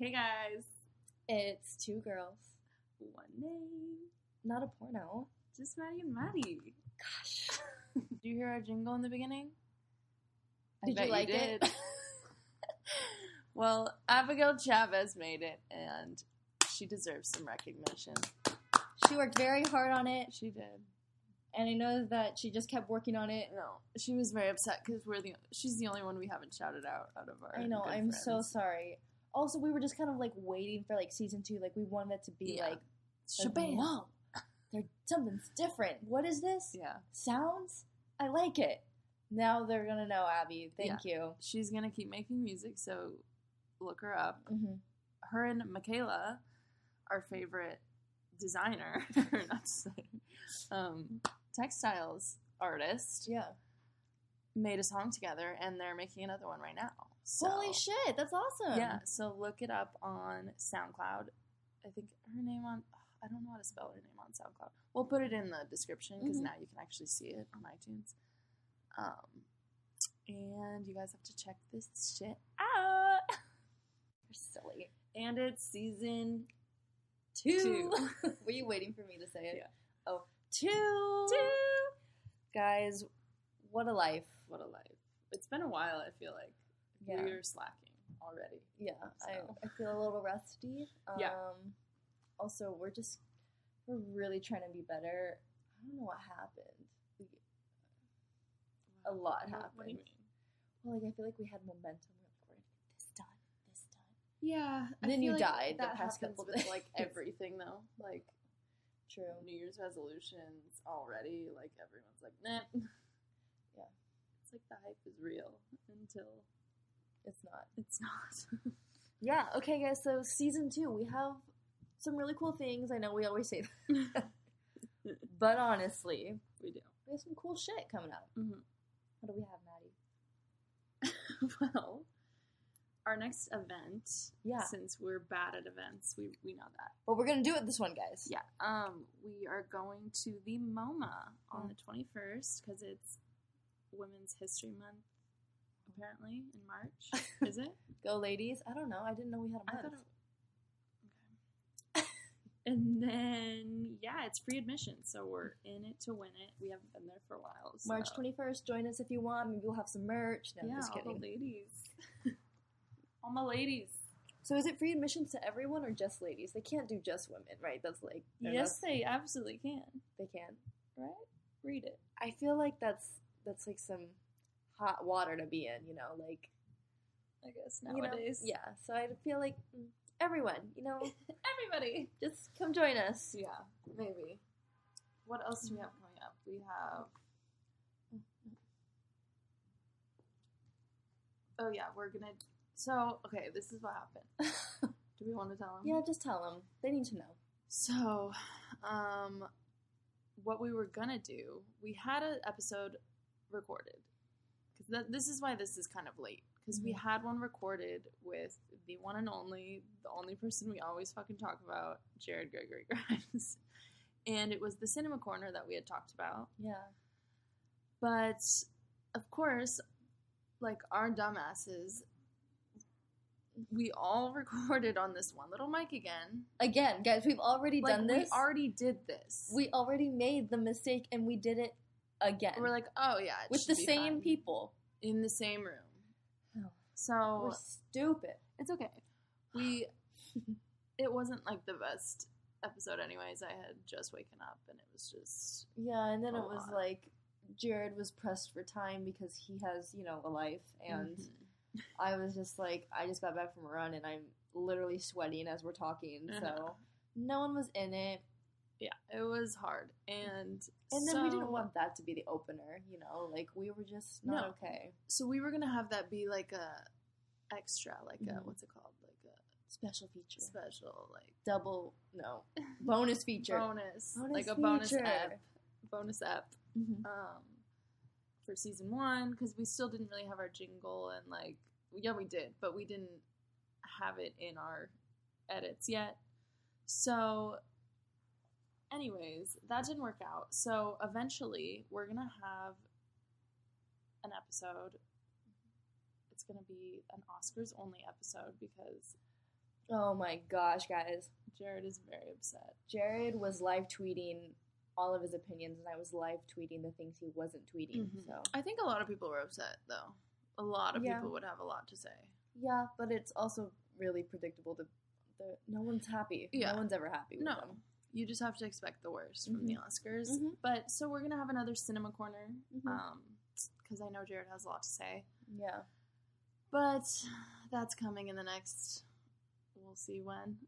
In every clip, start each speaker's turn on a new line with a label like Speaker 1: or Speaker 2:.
Speaker 1: Hey guys,
Speaker 2: It's two girls,
Speaker 1: one name,
Speaker 2: not a porno.
Speaker 1: just Maddie and Maddie.
Speaker 2: Gosh,
Speaker 3: Do you hear our jingle in the beginning? I
Speaker 2: did
Speaker 3: bet
Speaker 2: you like it?
Speaker 3: did. well, Abigail Chavez made it, and she deserves some recognition.
Speaker 2: she worked very hard on it,
Speaker 3: She did.
Speaker 2: and I know that she just kept working on it.
Speaker 3: No, she was very upset because we're the she's the only one we haven't shouted out out of our.
Speaker 2: I know.
Speaker 3: good
Speaker 2: I'm so
Speaker 3: friends.
Speaker 2: sorry. Also, we were just kind of like waiting for like season two. Like we wanted it to be
Speaker 3: Yeah.
Speaker 2: like, like
Speaker 3: Shabam.
Speaker 2: whoa, there something's different. What is this?
Speaker 3: Yeah,
Speaker 2: Sounds? I like it. Now they're gonna know, Abby. Thank you.
Speaker 3: she's gonna keep making music, so look her up.
Speaker 2: hmm
Speaker 3: Her and Michaela, our favorite designer, not designer, um, textiles artist.
Speaker 2: Yeah.
Speaker 3: made a song together and they're making another one right now. So,
Speaker 2: Holy shit, that's awesome.
Speaker 3: Yeah, so look it up on SoundCloud. I think her name on I don't know how to spell her name on SoundCloud. We'll put it in the description because
Speaker 2: Mhm.
Speaker 3: now you can actually see it on iTunes. Um, and you guys have to check this shit out.
Speaker 2: You're silly.
Speaker 3: And it's season
Speaker 2: Two. Were you waiting for me to say it?
Speaker 3: Yeah.
Speaker 2: Oh, two.
Speaker 3: two.
Speaker 2: Guys, what a life.
Speaker 3: What a life! It's been a while. I feel like
Speaker 2: Yeah.
Speaker 3: we were slacking already.
Speaker 2: Yeah,
Speaker 3: So.
Speaker 2: I, I feel a little rusty. Um,
Speaker 3: Yeah.
Speaker 2: Also, we're just we're really trying to be better. I don't know what happened. We, A lot
Speaker 3: What- What do you
Speaker 2: happened.
Speaker 3: mean?
Speaker 2: well, like I feel like we had momentum. We're like, we're gonna get this done, this done.
Speaker 3: Yeah.
Speaker 2: Then you
Speaker 3: feel
Speaker 2: died the
Speaker 3: that
Speaker 2: past
Speaker 3: happens
Speaker 2: couple
Speaker 3: with, like
Speaker 2: days.
Speaker 3: everything though. Like
Speaker 2: True.
Speaker 3: New Year's resolutions already, like everyone's like, nah.
Speaker 2: Yeah.
Speaker 3: It's like the hype is real until
Speaker 2: It's not.
Speaker 3: it's not.
Speaker 2: Yeah. Okay, guys. So season two, we have some really cool things. I know we always say that, but honestly,
Speaker 3: we do.
Speaker 2: we have some cool shit coming up.
Speaker 3: Mhm.
Speaker 2: What do we have, Maddie?
Speaker 3: well, our next event,
Speaker 2: Yeah.
Speaker 3: since we're bad at events, we, we know that.
Speaker 2: But we're gonna do it this one, guys.
Speaker 3: Yeah. Um, we are going to the MoMA on
Speaker 2: Mm.
Speaker 3: the 21st because it's Women's History Month, apparently, in March. is it?
Speaker 2: Go, ladies. I don't know. I didn't know we had
Speaker 3: I
Speaker 2: a
Speaker 3: thought
Speaker 2: month.
Speaker 3: it. Okay. and then yeah, it's free admission, so we're in it to win it. We haven't been there for a while. So.
Speaker 2: March 21st. Join us if you want. Maybe we'll have some merch. No,
Speaker 3: Yeah,
Speaker 2: just
Speaker 3: all
Speaker 2: kidding.
Speaker 3: the ladies. all my ladies.
Speaker 2: So is it free admissions to everyone or just ladies? They can't do just women, right? That's like or
Speaker 3: Yes, they absolutely can.
Speaker 2: that's- they can.
Speaker 3: Right? Read it.
Speaker 2: I feel like that's that's like some hot water to be in, you know, like
Speaker 3: I guess
Speaker 2: you know,
Speaker 3: nowadays.
Speaker 2: yeah. So I feel like mm, everyone, you know,
Speaker 3: Everybody.
Speaker 2: just come join us.
Speaker 3: Yeah, maybe. What else do we have coming up? We have. Oh yeah, we're gonna. So okay, this is what happened. do we want to tell them?
Speaker 2: Yeah, just tell them. They need to know.
Speaker 3: So, um, what we were gonna do, we had an episode recorded because th- this is why this is kind of late because we
Speaker 2: Mhm.
Speaker 3: had one recorded with the one and only, the only person we always fucking talk about, Jared Gregory Grimes, and it was the cinema corner that we had talked about.
Speaker 2: Yeah.
Speaker 3: But of course, like our dumbasses, we all recorded on this one little mic again.
Speaker 2: Again, guys, we've already
Speaker 3: Like,
Speaker 2: done this.
Speaker 3: We already did this.
Speaker 2: we already made the mistake and we did it again
Speaker 3: we're like, oh yeah, it
Speaker 2: with
Speaker 3: should
Speaker 2: the
Speaker 3: be
Speaker 2: same
Speaker 3: fine.
Speaker 2: people.
Speaker 3: in the same room.
Speaker 2: Oh.
Speaker 3: So
Speaker 2: We're stupid.
Speaker 3: it's okay. We it wasn't like the best episode, anyways. I had just waken up, and it was just
Speaker 2: Yeah, and then
Speaker 3: a
Speaker 2: it was
Speaker 3: lot.
Speaker 2: like Jared was pressed for time because he has, you know, a life and
Speaker 3: Mhm.
Speaker 2: I was just like I just got back from a run and I'm literally sweating as we're talking. So
Speaker 3: Uh-huh.
Speaker 2: no one was in it.
Speaker 3: yeah, it was hard. And
Speaker 2: And then we didn't
Speaker 3: so-
Speaker 2: want that to be the opener, you know, like we were just not okay.
Speaker 3: So we were gonna have that be like a extra, like a
Speaker 2: Mhm.
Speaker 3: what's it called, like a
Speaker 2: Special feature.
Speaker 3: special, like
Speaker 2: Double no. Bonus feature.
Speaker 3: bonus,
Speaker 2: Bonus
Speaker 3: like a bonus
Speaker 2: feature.
Speaker 3: app, bonus app.
Speaker 2: Mhm.
Speaker 3: um, for season one because we still didn't really have our jingle and like yeah we did but we didn't have it in our edits yet so anyways that didn't work out so eventually we're gonna have an episode it's gonna be an oscars only episode because
Speaker 2: Oh my gosh, guys.
Speaker 3: Jared is very upset.
Speaker 2: Jared was live tweeting all of his opinions, and I was live tweeting the things he wasn't tweeting.
Speaker 3: Mhm.
Speaker 2: So
Speaker 3: I think a lot of people were upset though. A lot of
Speaker 2: Yeah.
Speaker 3: people would have a lot to say.
Speaker 2: yeah, but it's also really predictable. The, the no one's happy.
Speaker 3: Yeah.
Speaker 2: No one's ever happy. With
Speaker 3: No.
Speaker 2: them.
Speaker 3: You just have to expect the worst from the Oscars.
Speaker 2: Mhm.
Speaker 3: But so we're gonna have another cinema corner,
Speaker 2: Mhm.
Speaker 3: Um 'cause because I know Jared has a lot to say.
Speaker 2: Yeah.
Speaker 3: But that's coming in the next. We'll see when.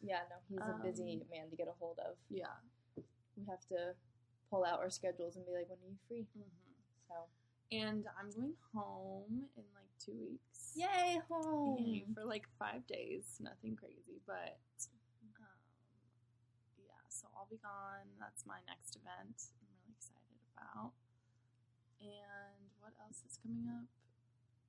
Speaker 2: Yeah. No, he's a busy
Speaker 3: Um,
Speaker 2: man to get a hold of.
Speaker 3: Yeah.
Speaker 2: We have to pull out our schedules and be like, when are you free? So
Speaker 3: And I'm going home in like two weeks.
Speaker 2: yay
Speaker 3: Yay,
Speaker 2: home.
Speaker 3: for like five days. Nothing crazy, but um, yeah, so I'll be gone. That's my next event I'm really excited about. And what else is coming up?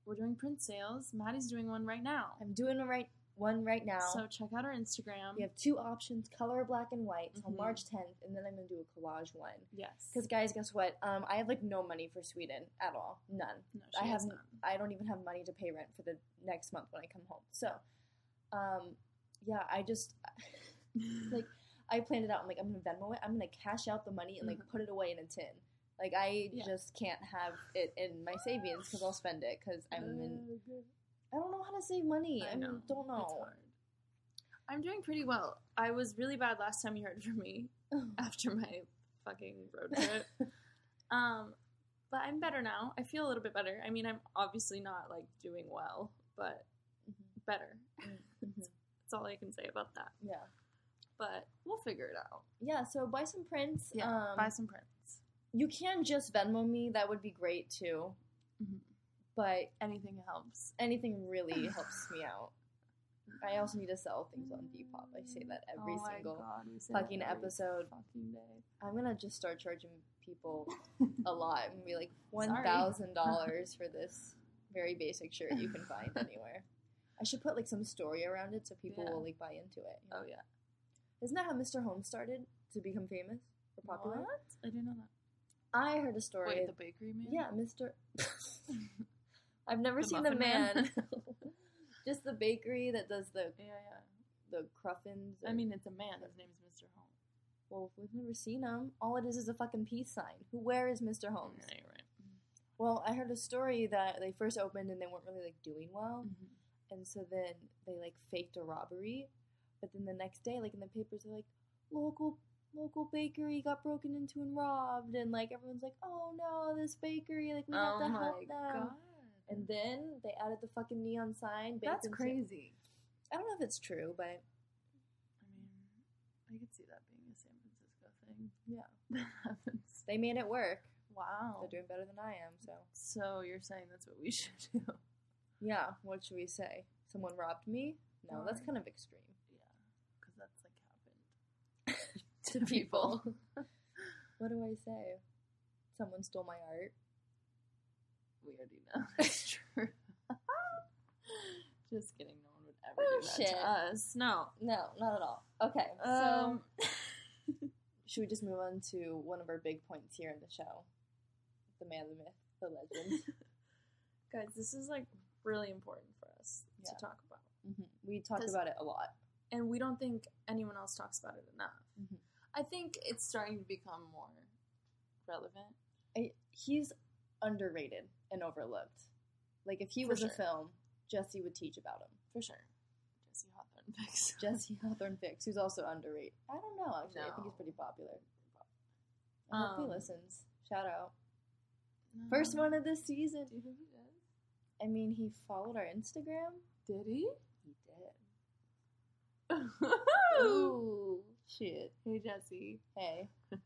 Speaker 3: We're doing print sales. Maddie's doing one right now.
Speaker 2: I'm doing a right one right now.
Speaker 3: So check out our Instagram.
Speaker 2: we have two options: color black and white till
Speaker 3: Mhm.
Speaker 2: March 10th, and then I'm gonna do a collage one.
Speaker 3: Yes.
Speaker 2: Because guys, guess what? Um, I have like no money for Sweden at all. None.
Speaker 3: no,
Speaker 2: I
Speaker 3: she has
Speaker 2: haven't-
Speaker 3: none.
Speaker 2: I don't even have money to pay rent for the next month when I come home. So, um, yeah, I just like I planned it out. I'm like, I'm gonna Venmo it. I'm gonna cash out the money and like put it away in a tin. Like I
Speaker 3: Mm-hmm. Yeah.
Speaker 2: just can't have it in my savings because I'll spend it because I'm in.
Speaker 3: Oh,
Speaker 2: I don't know how to save money. I,
Speaker 3: Mm. know.
Speaker 2: don't
Speaker 3: It's
Speaker 2: know.
Speaker 3: hard. I'm doing pretty well. I was really bad last time you heard from me after my fucking road trip. um, but I'm better now. I feel a little bit better. I mean, I'm obviously not like doing well, but
Speaker 2: Mm-hmm.
Speaker 3: better. Mm-hmm. That's all I can say about that.
Speaker 2: yeah,
Speaker 3: But we'll figure it out.
Speaker 2: yeah. So buy some prints. um,
Speaker 3: buy some prints.
Speaker 2: You can just Venmo me. That would be great too.
Speaker 3: Mhm.
Speaker 2: But
Speaker 3: Anything helps.
Speaker 2: anything really helps me out. I also need to sell things on Depop. I say that every
Speaker 3: Oh my
Speaker 2: single
Speaker 3: God, we say that
Speaker 2: fucking
Speaker 3: every
Speaker 2: episode.
Speaker 3: Fucking day.
Speaker 2: I'm gonna just start charging people a lot and be like
Speaker 3: Sorry.
Speaker 2: one thousand dollars for this very basic shirt you can find anywhere. I should put like some story around it so people
Speaker 3: Yeah.
Speaker 2: will like buy into it. you know?
Speaker 3: Oh yeah.
Speaker 2: Isn't that how Mr. Holmes started to become famous or popular?
Speaker 3: What? I didn't know that.
Speaker 2: I heard a story.
Speaker 3: Wait, the bakery man.
Speaker 2: yeah, Mr. I've never
Speaker 3: The
Speaker 2: seen the
Speaker 3: Muffin
Speaker 2: man.
Speaker 3: Man?
Speaker 2: just the bakery that does the
Speaker 3: Yeah, yeah.
Speaker 2: the cruffins.
Speaker 3: I
Speaker 2: or-
Speaker 3: mean, it's a man. His name's Mr. Holmes.
Speaker 2: Well, if we've never seen him. All it is is a fucking peace sign. Who? Where is Mr. Holmes?
Speaker 3: Yeah, you're right.
Speaker 2: Well, I heard a story that they first opened and they weren't really like doing well,
Speaker 3: Mm-hmm.
Speaker 2: and so then they like faked a robbery, but then the next day, like in the papers, they're like local local bakery got broken into and robbed, and like everyone's like, oh no, this bakery, like we
Speaker 3: Oh
Speaker 2: have to help them. And then they added the fucking neon sign. baked
Speaker 3: That's
Speaker 2: into-
Speaker 3: crazy.
Speaker 2: I don't know if it's true, but
Speaker 3: I mean, I could see that being a San Francisco thing.
Speaker 2: Yeah.
Speaker 3: That happens.
Speaker 2: they made it work.
Speaker 3: Wow.
Speaker 2: They're doing better than I am, so.
Speaker 3: So you're saying that's what we should do?
Speaker 2: Yeah, what should we say? Someone robbed me? No, that's
Speaker 3: Darn.
Speaker 2: kind of extreme.
Speaker 3: Yeah. Because that's like happened
Speaker 2: To people. What do I say? Someone stole my art.
Speaker 3: we already know. That's true. Just kidding. No one would ever do that
Speaker 2: Bullshit.
Speaker 3: to us. No.
Speaker 2: No, not at all. Okay, so
Speaker 3: Um.
Speaker 2: should we just move on to one of our big points here in the show? The man, the myth, the legend.
Speaker 3: Guys, this is like really important for us
Speaker 2: Yeah.
Speaker 3: to talk about.
Speaker 2: hmm We talk
Speaker 3: Does-
Speaker 2: about it a lot.
Speaker 3: and we don't think anyone else talks about it enough.
Speaker 2: Mhm.
Speaker 3: I think it's starting to become more relevant.
Speaker 2: I, he's underrated and overlooked. Like if he
Speaker 3: For
Speaker 2: was a
Speaker 3: sure.
Speaker 2: film, Jesse would teach about him.
Speaker 3: For sure. Jesse Hawthorne picks.
Speaker 2: Jesse Hawthorne Fix, who's also underrated. I don't know actually. I think
Speaker 3: No.
Speaker 2: he's pretty popular. I hope
Speaker 3: Um,
Speaker 2: he listens. Shout out. First one of the season.
Speaker 3: Do you think he
Speaker 2: I mean, he followed our Instagram.
Speaker 3: did? Did he?
Speaker 2: He did.
Speaker 3: Ooh.
Speaker 2: Shit.
Speaker 3: Hey, Jesse.
Speaker 2: Hey.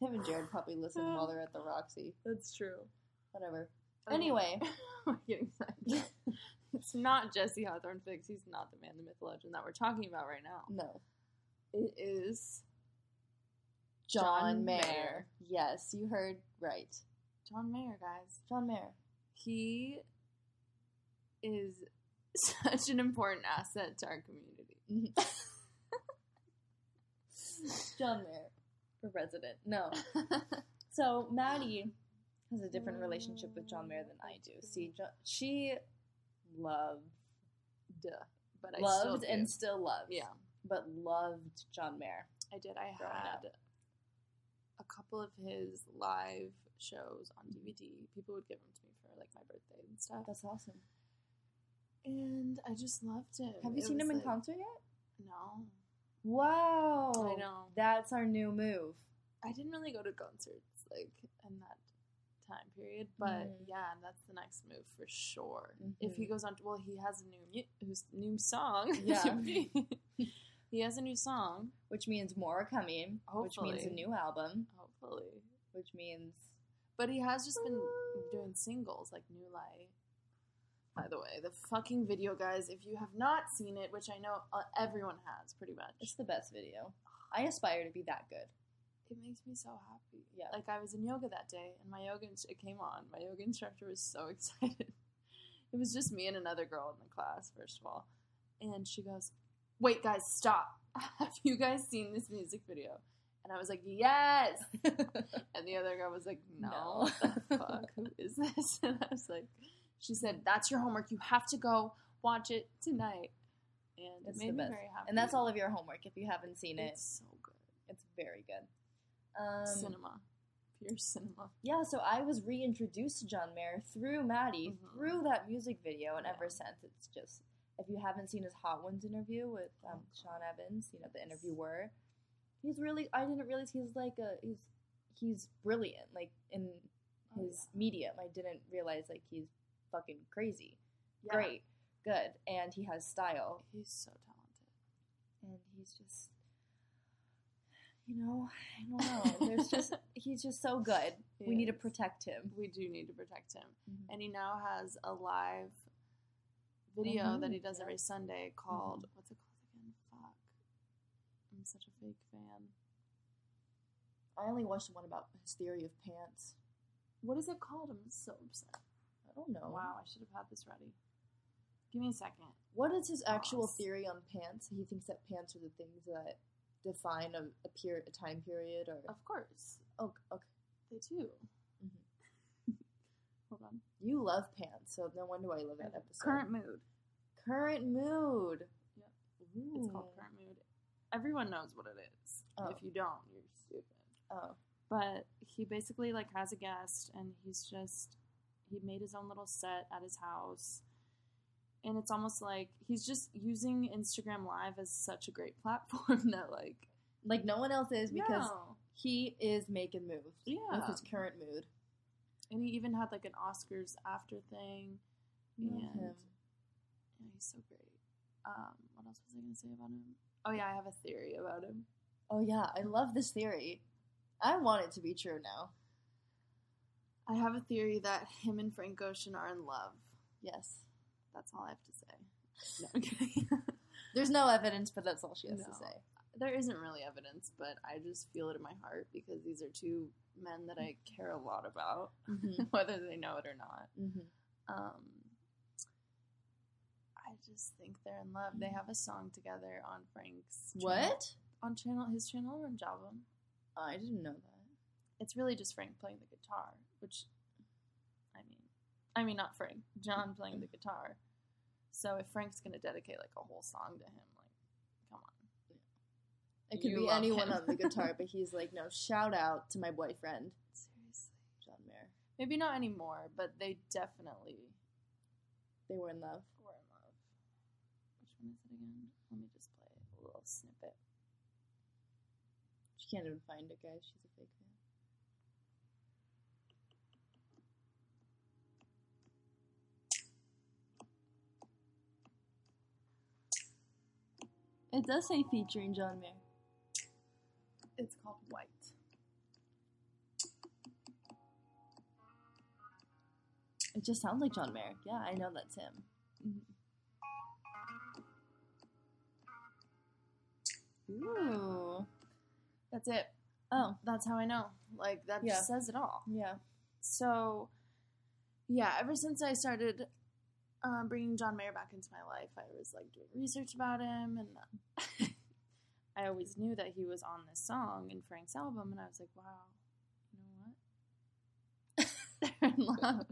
Speaker 2: Him and Jared probably listen while they're at the Roxy.
Speaker 3: That's true.
Speaker 2: Whatever. Anyway,
Speaker 3: Oh, We're getting sidetracked. it's not Jesse Hawthorne Fix. He's not the man, the myth, the legend that we're talking about right now.
Speaker 2: no.
Speaker 3: It is
Speaker 2: John,
Speaker 3: John
Speaker 2: Mayer.
Speaker 3: Mayer.
Speaker 2: Yes, you heard right.
Speaker 3: John Mayer, guys.
Speaker 2: John Mayer.
Speaker 3: He is such an important asset to our community.
Speaker 4: Mm-hmm.
Speaker 2: John Mayer. For president. No. So Maddie has a different relationship with John Mayer than I do. See, jo- she loved
Speaker 4: but I
Speaker 2: loved
Speaker 4: still
Speaker 2: and
Speaker 4: do.
Speaker 2: still loved.
Speaker 4: yeah,
Speaker 2: But loved John Mayer.
Speaker 4: I did. I
Speaker 2: Growing
Speaker 4: had
Speaker 2: up.
Speaker 4: a couple of his live shows on DVD. People would give them to me for like my birthday and stuff,
Speaker 2: That's awesome.
Speaker 4: and I just loved it.
Speaker 2: Have you
Speaker 4: It
Speaker 2: seen
Speaker 4: was,
Speaker 2: him in
Speaker 4: like-
Speaker 2: concert yet?
Speaker 4: No,
Speaker 2: Wow.
Speaker 4: I know.
Speaker 2: That's our new move.
Speaker 4: I didn't really go to concerts like in that time period, but
Speaker 2: Mhm.
Speaker 4: yeah, that's the next move for sure. If he
Speaker 2: Mhm.
Speaker 4: goes on, to, well, he has a new mu- who's new song.
Speaker 2: Yeah.
Speaker 4: he has a new song.
Speaker 2: Which means more are coming. Which means
Speaker 4: Hopefully.
Speaker 2: a new album.
Speaker 4: Hopefully,
Speaker 2: Which means
Speaker 4: but he has just been doing singles like New Light. By the way, the fucking video, guys. If you have not seen it, which I know uh, everyone has, pretty much,
Speaker 2: it's the best video. I aspire to be that good.
Speaker 4: it makes me so happy.
Speaker 2: Yeah.
Speaker 4: Like I was in yoga that day, and my yoga inst- it came on. My yoga instructor was so excited. It was just me and another girl in the class, first of all, and she goes, "Wait, guys, stop! Have you guys seen this music video?" And I was like, "Yes!" and the other girl was like, "No,
Speaker 2: No.
Speaker 4: what the fuck, who is this?" And I was like, "She said that's your homework. You have to go watch it tonight." And
Speaker 2: It's
Speaker 4: it made
Speaker 2: the
Speaker 4: me
Speaker 2: best.
Speaker 4: very happy.
Speaker 2: And that's all of your homework if you haven't seen it.
Speaker 4: It's so good.
Speaker 2: It's very good. Um,
Speaker 4: cinema, pure cinema.
Speaker 2: Yeah, so I was reintroduced to John Mayer through Maddie
Speaker 4: Mhm.
Speaker 2: through that music video, and
Speaker 4: Yeah.
Speaker 2: ever since it's just if you haven't seen his Hot Ones interview with um,
Speaker 4: Oh, God.
Speaker 2: Sean Evans, you know the interviewer, he's really I didn't realize he's like a he's he's brilliant like in
Speaker 4: Oh,
Speaker 2: his medium. I didn't realize like he's fucking crazy,
Speaker 4: Yeah.
Speaker 2: great, good, and he has style,
Speaker 4: He's so talented.
Speaker 2: and he's just you know I don't know. There's just he's just so good.
Speaker 4: He
Speaker 2: we need to
Speaker 4: is.
Speaker 2: protect him.
Speaker 4: We do need to protect him.
Speaker 2: Mhm.
Speaker 4: And he now has a live video
Speaker 2: Mhm,
Speaker 4: that he does
Speaker 2: yeah.
Speaker 4: every Sunday called, what's it called again? Fuck. I'm such a fake fan.
Speaker 2: I only watched the one about his theory of pants.
Speaker 4: What is it called? I'm so upset.
Speaker 2: I don't know.
Speaker 4: Wow, I should have had this ready. Give me a second.
Speaker 2: What is his actual
Speaker 4: Lost.
Speaker 2: theory on pants? He thinks that pants are the things that define a, a, peri- a time period or.
Speaker 4: Of course,
Speaker 2: Oh, okay.
Speaker 4: they do.
Speaker 2: Mhm.
Speaker 4: Hold on.
Speaker 2: You love pants, so no wonder why you love that episode.
Speaker 4: Current mood.
Speaker 2: Current mood.
Speaker 4: Yep. It's called
Speaker 2: Ooh.
Speaker 4: current mood. Everyone knows what it is.
Speaker 2: Oh.
Speaker 4: If you don't, you're stupid.
Speaker 2: Oh.
Speaker 4: but he basically like has a guest and he's just he made his own little set at his house and it's almost like he's just using instagram live as such a great platform that like
Speaker 2: Like no one else is because
Speaker 4: No.
Speaker 2: he is making moves.
Speaker 4: Yeah.
Speaker 2: With his current mood.
Speaker 4: and he even had like an oscars after thing
Speaker 2: Love
Speaker 4: and
Speaker 2: him.
Speaker 4: yeah he's so great um what else was i gonna say about him oh yeah i have a theory about him
Speaker 2: Oh, yeah. I love this theory. I want it to be true now.
Speaker 4: i have a theory that him and frank ocean are in love
Speaker 2: Yes.
Speaker 4: that's all i have to say no, I'm kidding.
Speaker 2: There's no evidence, but that's all she has to
Speaker 4: No.
Speaker 2: say.
Speaker 4: there isn't really evidence, but I just feel it in my heart because these are two men that I care a lot about,
Speaker 2: Mm-hmm.
Speaker 4: whether they know it or not.
Speaker 2: mm-hmm.
Speaker 4: Um, I just think they're in love. They have a song together on Frank's channel-
Speaker 2: What?
Speaker 4: on channel his channel Orange album.
Speaker 2: I didn't know that.
Speaker 4: It's really just Frank playing the guitar, which I mean, I mean not Frank, John playing the guitar. So if Frank's gonna dedicate like a whole song to him, like, come on.
Speaker 2: It could
Speaker 4: You
Speaker 2: be
Speaker 4: love
Speaker 2: anyone
Speaker 4: him.
Speaker 2: on the guitar, but he's like, no, shout out to my boyfriend,
Speaker 4: Seriously.
Speaker 2: John Mayer.
Speaker 4: Maybe not anymore, but they definitely
Speaker 2: They were in love.
Speaker 4: were in love. Which one is it again? Let me just play a little snippet.
Speaker 2: She can't even find it, guys. She's a fake fan. It does say featuring John Mayer.
Speaker 4: It's called White.
Speaker 2: It just sounds like John Mayer. Yeah, I know that's him. Mm-hmm. Ooh.
Speaker 4: That's it.
Speaker 2: Oh,
Speaker 4: That's how I know. Like that
Speaker 2: Yeah.
Speaker 4: just says it all.
Speaker 2: yeah.
Speaker 4: So, yeah. Ever since I started uh, bringing John Mayer back into my life, I was like doing research about him, and I always knew that he was on this song in Frank's album, and I was like, wow, you know what? They're in love.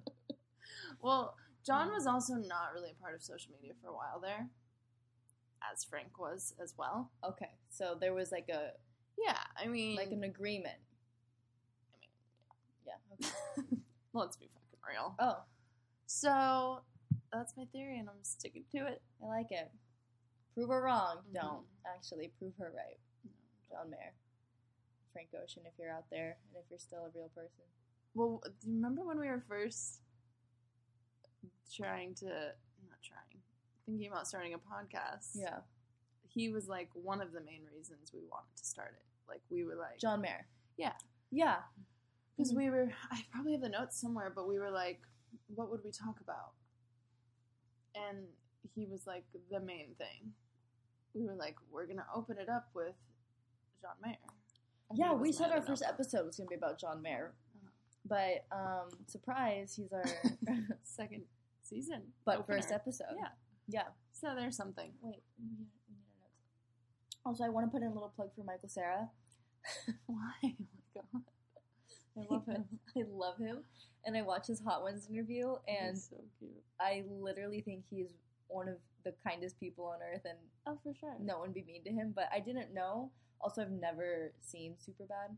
Speaker 4: well, John was also not really a part of social media for a while there, as Frank was as well.
Speaker 2: Okay, so there was like a
Speaker 4: Yeah, I mean,
Speaker 2: like an agreement.
Speaker 4: I mean,
Speaker 2: Yeah. Okay.
Speaker 4: let's be fucking real.
Speaker 2: Oh,
Speaker 4: So that's my theory, and I'm sticking to it.
Speaker 2: I like it. Prove her wrong.
Speaker 4: Mhm.
Speaker 2: Don't actually prove her right. John Mayer, Frank Ocean, if you're out there and if you're still a real person.
Speaker 4: Well, do you remember when we were first trying to not trying thinking about starting a podcast?
Speaker 2: Yeah,
Speaker 4: he was like one of the main reasons we wanted to start it. Like we were like
Speaker 2: John Mayer.
Speaker 4: Yeah.
Speaker 2: Yeah.
Speaker 4: because
Speaker 2: Mm-hmm.
Speaker 4: we were I probably have the notes somewhere, but we were like, what would we talk about? And he was like the main thing. We were like, we're gonna open it up with John Mayer. And
Speaker 2: Yeah,
Speaker 4: he was
Speaker 2: we said
Speaker 4: mad
Speaker 2: our
Speaker 4: about
Speaker 2: first
Speaker 4: that.
Speaker 2: episode was going to be about John Mayer.
Speaker 4: Uh-huh.
Speaker 2: But um surprise, he's our
Speaker 4: second season,
Speaker 2: but
Speaker 4: opener.
Speaker 2: first episode.
Speaker 4: Yeah.
Speaker 2: Yeah.
Speaker 4: So there's something.
Speaker 2: Wait, we need, we need our notes. Also, I want to put in a little plug for Michael Sarah.
Speaker 4: Why? Oh my god, I love him.
Speaker 2: I love him. And I watched his Hot Ones interview, and
Speaker 4: He's so cute.
Speaker 2: I literally think he's one of the kindest people on earth, and
Speaker 4: Oh, for sure.
Speaker 2: no one be mean to him. But I didn't know. Also, I've never seen Superbad.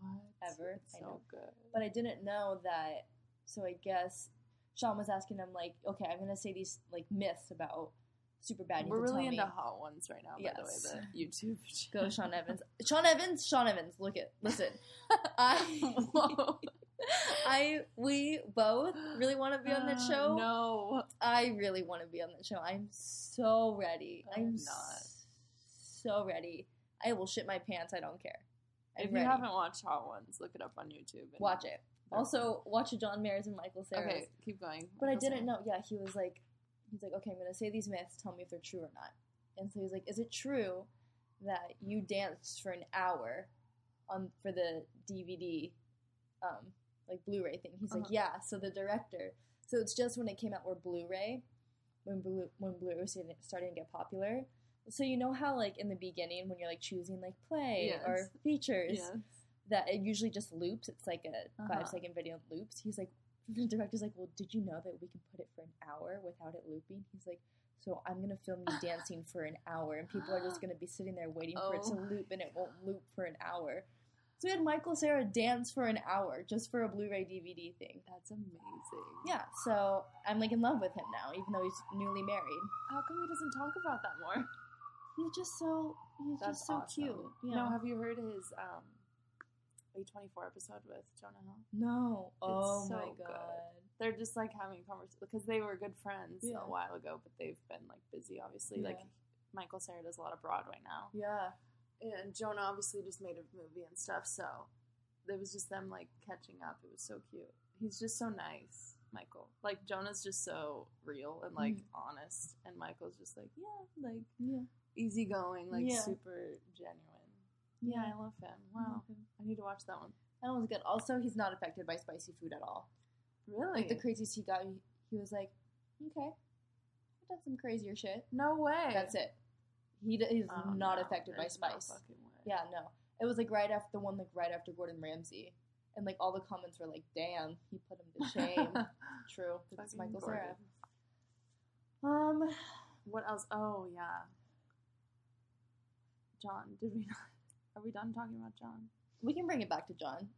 Speaker 4: what
Speaker 2: Ever.
Speaker 4: It's
Speaker 2: I
Speaker 4: so
Speaker 2: know.
Speaker 4: good.
Speaker 2: but I didn't know that. So I guess Sean was asking him like, okay, I'm gonna say these like myths about Superbad. You
Speaker 4: We're
Speaker 2: have to tell
Speaker 4: really into
Speaker 2: me.
Speaker 4: hot ones right now, by
Speaker 2: Yes.
Speaker 4: the way. The YouTube
Speaker 2: Go Sean Evans. Sean Evans. Sean Evans. Look at listen. I
Speaker 4: Whoa.
Speaker 2: I we both really want to be on that
Speaker 4: Uh,
Speaker 2: show.
Speaker 4: no.
Speaker 2: I really want to be on that show. I'm so ready.
Speaker 4: I'm
Speaker 2: I'm
Speaker 4: not.
Speaker 2: So ready. I will shit my pants. I don't care. I'm
Speaker 4: if you
Speaker 2: ready.
Speaker 4: haven't watched Hot Ones, look it up on YouTube. and-
Speaker 2: watch it. Also, watch John Mayer's and Michael Sarah's.
Speaker 4: okay, keep going.
Speaker 2: But I
Speaker 4: Michael
Speaker 2: didn't
Speaker 4: Cera.
Speaker 2: know. Yeah, he was like, he's like, okay, I'm gonna say these myths. Tell me if they're true or not. And so he's like, is it true that you danced for an hour on for the DVD, um, like Blu-ray thing? He's like,
Speaker 4: Uh-huh.
Speaker 2: yeah. So the director. So it's just when it came out where Blu-ray, when Blu when Blu-ray was starting- starting to get popular. So you know how like in the beginning when you're like choosing like play or
Speaker 4: Yes.
Speaker 2: features
Speaker 4: Yes.
Speaker 2: that it usually just loops. It's like a
Speaker 4: Uh-huh.
Speaker 2: five second video and loops. He's like, the director's like, well, did you know that we can put it for an hour without it looping? He's like, so I'm gonna film you dancing for an hour, and people are just gonna be sitting there waiting for it
Speaker 4: Oh
Speaker 2: to loop, and it won't loop for an hour. So we had Michael Sarah dance for an hour just for a Blu-ray DVD thing.
Speaker 4: That's amazing.
Speaker 2: Yeah, so I'm like in love with him now, even though he's newly married.
Speaker 4: How come he doesn't talk about that more?
Speaker 2: He's just so he's
Speaker 4: That's
Speaker 2: just so
Speaker 4: awesome.
Speaker 2: cute. Yeah.
Speaker 4: No, have you heard his um, A24 episode with Jonah Hill?
Speaker 2: No. Oh
Speaker 4: so
Speaker 2: my
Speaker 4: good.
Speaker 2: god.
Speaker 4: They're just like having a conversation because they were good friends
Speaker 2: Yeah.
Speaker 4: a while ago, but they've been like busy, obviously. Like
Speaker 2: Yeah.
Speaker 4: Michael Sarah does a lot of Broadway now.
Speaker 2: Yeah.
Speaker 4: and Jonah obviously just made a movie and stuff, so it was just them like catching up. It was so cute. He's just so nice, Michael. Like Jonah's just so real and like
Speaker 2: Mm-hmm.
Speaker 4: honest, and Michael's just like yeah, like
Speaker 2: Yeah.
Speaker 4: easygoing, like
Speaker 2: Yeah.
Speaker 4: super genuine. Yeah, I love him. Wow,
Speaker 2: Mm-hmm.
Speaker 4: I need to watch that one.
Speaker 2: That one was good. Also, he's not affected by spicy food at all.
Speaker 4: Really?
Speaker 2: Like the craziest he got, he, he was like, "Okay, I've done some crazier shit."
Speaker 4: no way.
Speaker 2: That's it. He d- is
Speaker 4: Oh,
Speaker 2: not
Speaker 4: no,
Speaker 2: affected by
Speaker 4: there's no
Speaker 2: spice.
Speaker 4: fucking way.
Speaker 2: yeah, no. It was like right after the one, like right after Gordon Ramsay, and like all the comments were like, "Damn, he put him to shame." True, 'cause it's
Speaker 4: Fucking
Speaker 2: Michael
Speaker 4: Gordon.
Speaker 2: Cera. Um,
Speaker 4: What else? Oh yeah. John, did we not? Are we done talking about John?
Speaker 2: we can bring it back to John.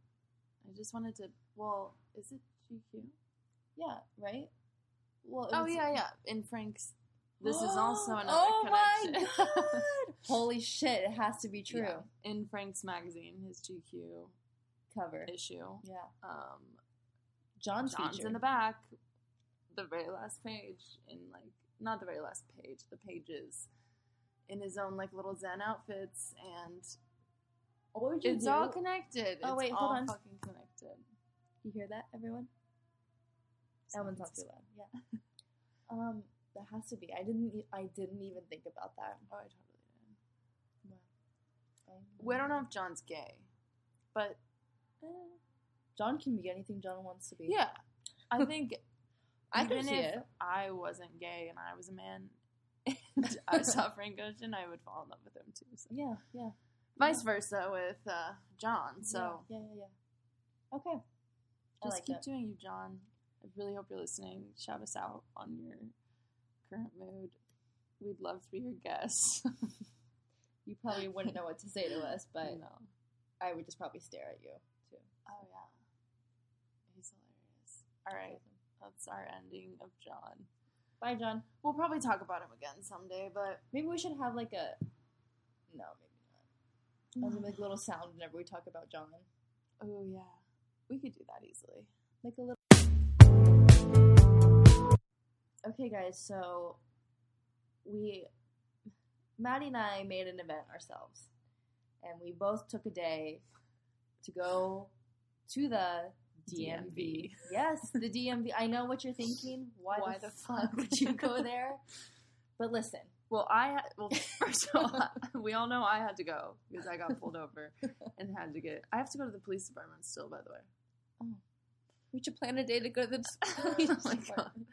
Speaker 4: I just wanted to. Well, is it GQ?
Speaker 2: Yeah, right. Well, it
Speaker 4: Oh
Speaker 2: was-
Speaker 4: yeah, yeah. In Frank's, this is also another
Speaker 2: oh
Speaker 4: connection.
Speaker 2: my god! Holy shit! It has to be true.
Speaker 4: Yeah. In Frank's magazine, his GQ
Speaker 2: Cover.
Speaker 4: issue.
Speaker 2: Yeah,
Speaker 4: Um,
Speaker 2: John's,
Speaker 4: John's
Speaker 2: feature.
Speaker 4: in the back, the very last page, in like not the very last page, the pages, in his own like little Zen outfits, and
Speaker 2: What would you
Speaker 4: it's
Speaker 2: do?
Speaker 4: all connected.
Speaker 2: Oh,
Speaker 4: it's
Speaker 2: wait, hold
Speaker 4: all
Speaker 2: on.
Speaker 4: fucking connected.
Speaker 2: you hear that, everyone? That one's not too loud. Yeah. um, that has to be. I didn't. e- I didn't even think about that.
Speaker 4: Oh, I totally did.
Speaker 2: Um,
Speaker 4: We don't know if John's gay, but
Speaker 2: Eh. John can be anything John wants to be.
Speaker 4: yeah, I think
Speaker 2: I
Speaker 4: even
Speaker 2: can see
Speaker 4: if
Speaker 2: it.
Speaker 4: I wasn't gay and I was a man, and I saw Frank Ocean, I would fall in love with him too. So.
Speaker 2: Yeah, yeah.
Speaker 4: Vice versa with uh, John. So
Speaker 2: yeah, yeah, yeah. yeah. Okay. I
Speaker 4: just
Speaker 2: like
Speaker 4: keep
Speaker 2: that.
Speaker 4: doing you, John. I I really hope you're listening. Shout us out on your current mood. We'd love to be your guest.
Speaker 2: You probably wouldn't know what to say to us, but
Speaker 4: no.
Speaker 2: I would just probably stare at you too.
Speaker 4: Oh yeah. He's hilarious. All right. That's our ending of John.
Speaker 2: Bye, John.
Speaker 4: We'll probably talk about him again someday, but
Speaker 2: Maybe we should have like a. No, maybe not. Have, like little sound whenever we talk about John,
Speaker 4: oh yeah. We could do that easily.
Speaker 2: like a little. Okay, guys. So we, Maddie and I, made an event ourselves, and we both took a day to go to the. DMV.
Speaker 4: DMV.
Speaker 2: Yes, the DMV. I know what you're thinking. Why,
Speaker 4: Why
Speaker 2: the,
Speaker 4: the
Speaker 2: fuck
Speaker 4: fuck?
Speaker 2: would you go there? But listen,
Speaker 4: Well, I had, well first of all, we all know I had to go because I got pulled over and had to get. I have to go to the police department still, by the way.
Speaker 2: we should plan a day to go to the police
Speaker 4: Oh my God.
Speaker 2: department.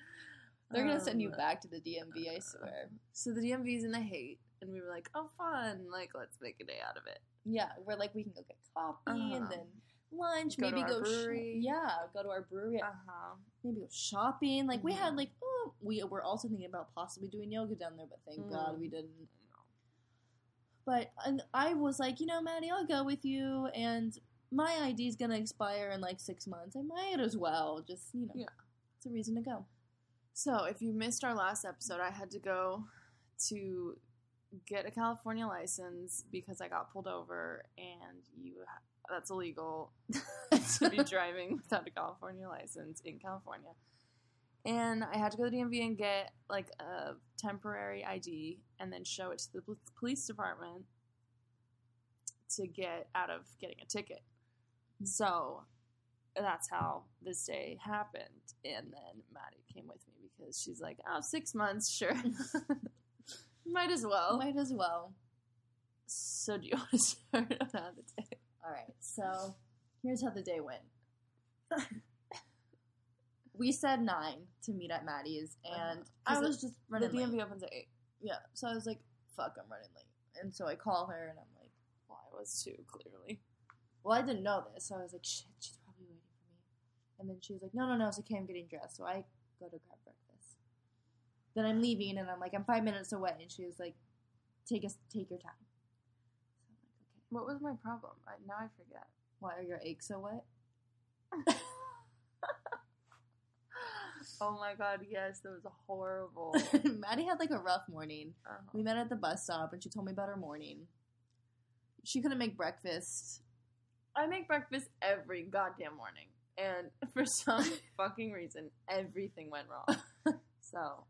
Speaker 2: They're gonna send you
Speaker 4: Um,
Speaker 2: back to the DMV. I swear.
Speaker 4: So the DMV's in the hate, and we were like, "Oh, fun! Like, let's make a day out of it."
Speaker 2: Yeah, we're like we can go get coffee
Speaker 4: Uh-huh.
Speaker 2: and then lunch.
Speaker 4: Go to
Speaker 2: maybe
Speaker 4: our
Speaker 2: go. sh-
Speaker 4: brewery.
Speaker 2: yeah, go to our brewery.
Speaker 4: Uh huh.
Speaker 2: Maybe go shopping. Like we had
Speaker 4: Mhm.
Speaker 2: like oh we were also thinking about possibly doing yoga down there, but thank
Speaker 4: Mm.
Speaker 2: God we didn't. But and I was like, you know, Maddie, I'll go with you, and my ID's gonna expire in like six months. I might as well just you know.
Speaker 4: Yeah.
Speaker 2: It's a reason to go.
Speaker 4: So if you missed our last episode, I had to go to get a California license because I got pulled over, and you ha- that's illegal to be driving without a California license in California. And I had to go to the DMV and get like a temporary ID, and then show it to the pol- police department to get out of getting a ticket. So that's how this day happened. And then Maddie came with me because she's like, oh, six months, sure. Might as well.
Speaker 2: Might as well.
Speaker 4: So do you want to start on how the day?
Speaker 2: All right, so here's how the day went. we said nine to meet at Maddie's, and I
Speaker 4: Uh-huh. 'Cause
Speaker 2: was just running
Speaker 4: the DMV
Speaker 2: late.
Speaker 4: opens at eight.
Speaker 2: Yeah, so I was like, "Fuck, I'm running late," and so I call her, and I'm like,
Speaker 4: Well, I was too, clearly.
Speaker 2: "Well, I didn't know this," so I was like, "Shit, she's probably waiting for me." And then she was like, "No, no, no, it's okay, I'm getting dressed." So I go to grab breakfast. Then I'm leaving, and I'm like, "I'm five minutes away," and she was like, "Take us, take your time." So I'm like, "Okay."
Speaker 4: What was my problem? I, now I forget.
Speaker 2: Why are your aches so wet?
Speaker 4: Oh my god, yes, that was horrible. Uh-huh.
Speaker 2: Maddie had like a rough morning. We met at the bus stop and she told me about her morning. She couldn't make breakfast.
Speaker 4: I make breakfast every goddamn morning, and for some fucking reason, everything went wrong. So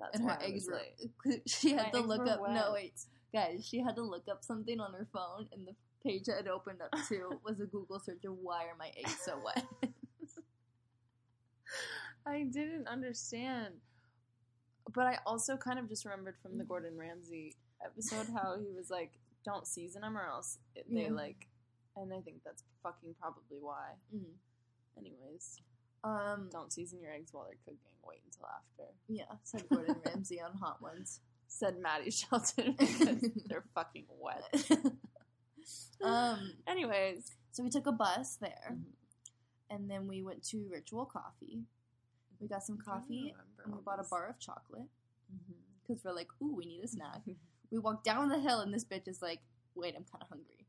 Speaker 4: that's
Speaker 2: and
Speaker 4: why
Speaker 2: her
Speaker 4: I
Speaker 2: eggs
Speaker 4: was
Speaker 2: were.
Speaker 4: late.
Speaker 2: She had
Speaker 4: My
Speaker 2: to
Speaker 4: eggs
Speaker 2: look
Speaker 4: were
Speaker 2: up. No,
Speaker 4: wet.
Speaker 2: wait. Guys, she had to look up something on her phone, and the page that it opened up to was a Google search of why are my eggs so wet?
Speaker 4: I didn't understand. But I also kind of just remembered from the Gordon Ramsay episode how he was like, don't season them or else it- they
Speaker 2: Yeah.
Speaker 4: like. And I think that's fucking probably why.
Speaker 2: Mm.
Speaker 4: Anyways,
Speaker 2: Um,
Speaker 4: don't season your eggs while they're cooking. Wait until after.
Speaker 2: yeah, said Gordon Ramsay on Hot Ones.
Speaker 4: Said Maddie Shelton because they're fucking wet.
Speaker 2: Um,
Speaker 4: Anyways,
Speaker 2: so we took a bus there,
Speaker 4: Mhm.
Speaker 2: and then we went to Ritual Coffee. We got some coffee, and we bought a bar of chocolate.
Speaker 4: Mm-hmm.
Speaker 2: because we're like, ooh, we need a snack. we walk down the hill, and this bitch is like, wait, I'm kind of hungry.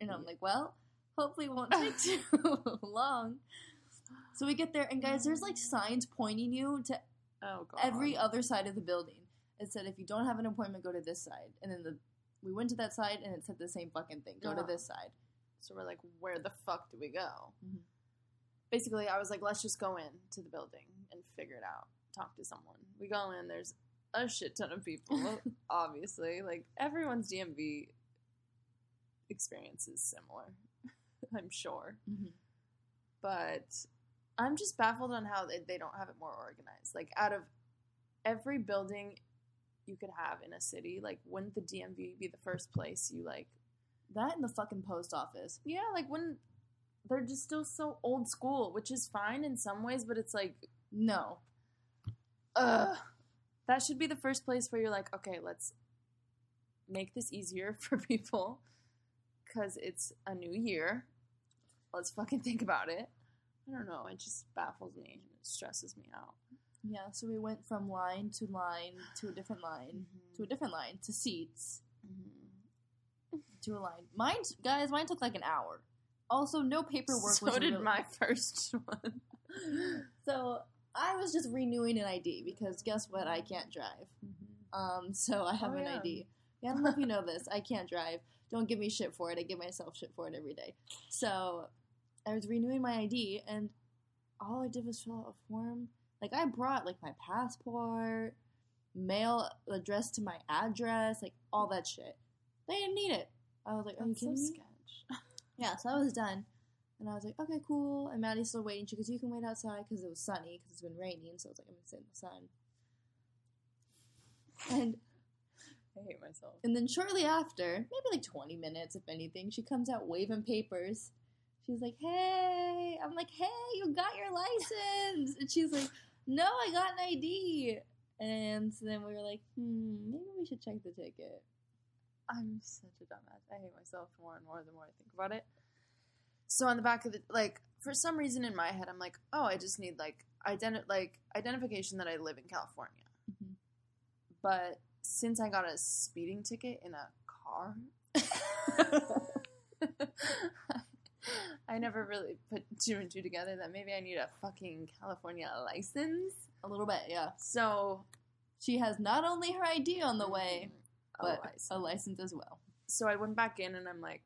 Speaker 2: And I'm like, well, hopefully it won't take too long. So we get there, and guys, there's like signs pointing you to
Speaker 4: Oh god.
Speaker 2: every other side of the building. It said, if you don't have an appointment, go to this side. And then the we went to that side, and it said the same fucking thing. Go to
Speaker 4: Uh-huh.
Speaker 2: this side.
Speaker 4: So we're like, where the fuck do we go?
Speaker 2: Mhm.
Speaker 4: Basically, I was like, let's just go in to the building and figure it out. Talk to someone. We go in. There's a shit ton of people. obviously, like everyone's DMV experience is similar. I'm sure,
Speaker 2: Mhm.
Speaker 4: but I'm just baffled on how they, they don't have it more organized. Like out of every building you could have in a city, like wouldn't the DMV be the first place you like
Speaker 2: That and the fucking post office.
Speaker 4: yeah, like when they're just still so old school, which is fine in some ways, but it's like,
Speaker 2: No.
Speaker 4: ugh. That should be the first place where you're like, okay, let's make this easier for people because it's a new year. Let's fucking think about it. I don't know. It just baffles me. and It stresses me out.
Speaker 2: Yeah, so we went from line to line to a different line
Speaker 4: Mm-hmm,
Speaker 2: to a different line to seats to a line. Mine, guys, mine took like an hour. Also, no paperwork.
Speaker 4: So
Speaker 2: was
Speaker 4: did
Speaker 2: really-
Speaker 4: my first one.
Speaker 2: So I was just renewing an ID because guess what? I can't drive. Um, so I have
Speaker 4: Oh,
Speaker 2: an
Speaker 4: yeah.
Speaker 2: ID. Yeah, I don't know if you know this. I can't drive. Don't give me shit for it. I give myself shit for it every day. So I was renewing my ID, and all I did was fill out a form. Like I brought like my passport, mail address to my address, like all that shit. They didn't need it. I was like, are you
Speaker 4: That's so
Speaker 2: kidding me?
Speaker 4: sketch.
Speaker 2: Yeah, so I was done. And I was like, okay, cool. And Maddie's still waiting. She goes, you can wait outside because it was sunny because it's been raining. So I was like, I'm going to sit in the sun. And
Speaker 4: I hate myself.
Speaker 2: and then shortly after, maybe like 20 minutes, if anything, she comes out waving papers. She's like, hey. I'm like, hey, you got your license. And she's like, no, I got an ID. And so then we were like, hmm, maybe we should check the ticket.
Speaker 4: I'm such a dumbass. I hate myself more and more the more I think about it. So on the back of the like, for some reason in my head, I'm like, oh, I just need like identi- like identification that I live in California.
Speaker 2: Mhm.
Speaker 4: But since I got a speeding ticket in a car, I never really put two and two together that maybe I need a fucking California license.
Speaker 2: A little bit, yeah.
Speaker 4: So
Speaker 2: She has not only her ID on the way,
Speaker 4: a
Speaker 2: but
Speaker 4: license.
Speaker 2: a license as well.
Speaker 4: oh, so I went back in and I'm like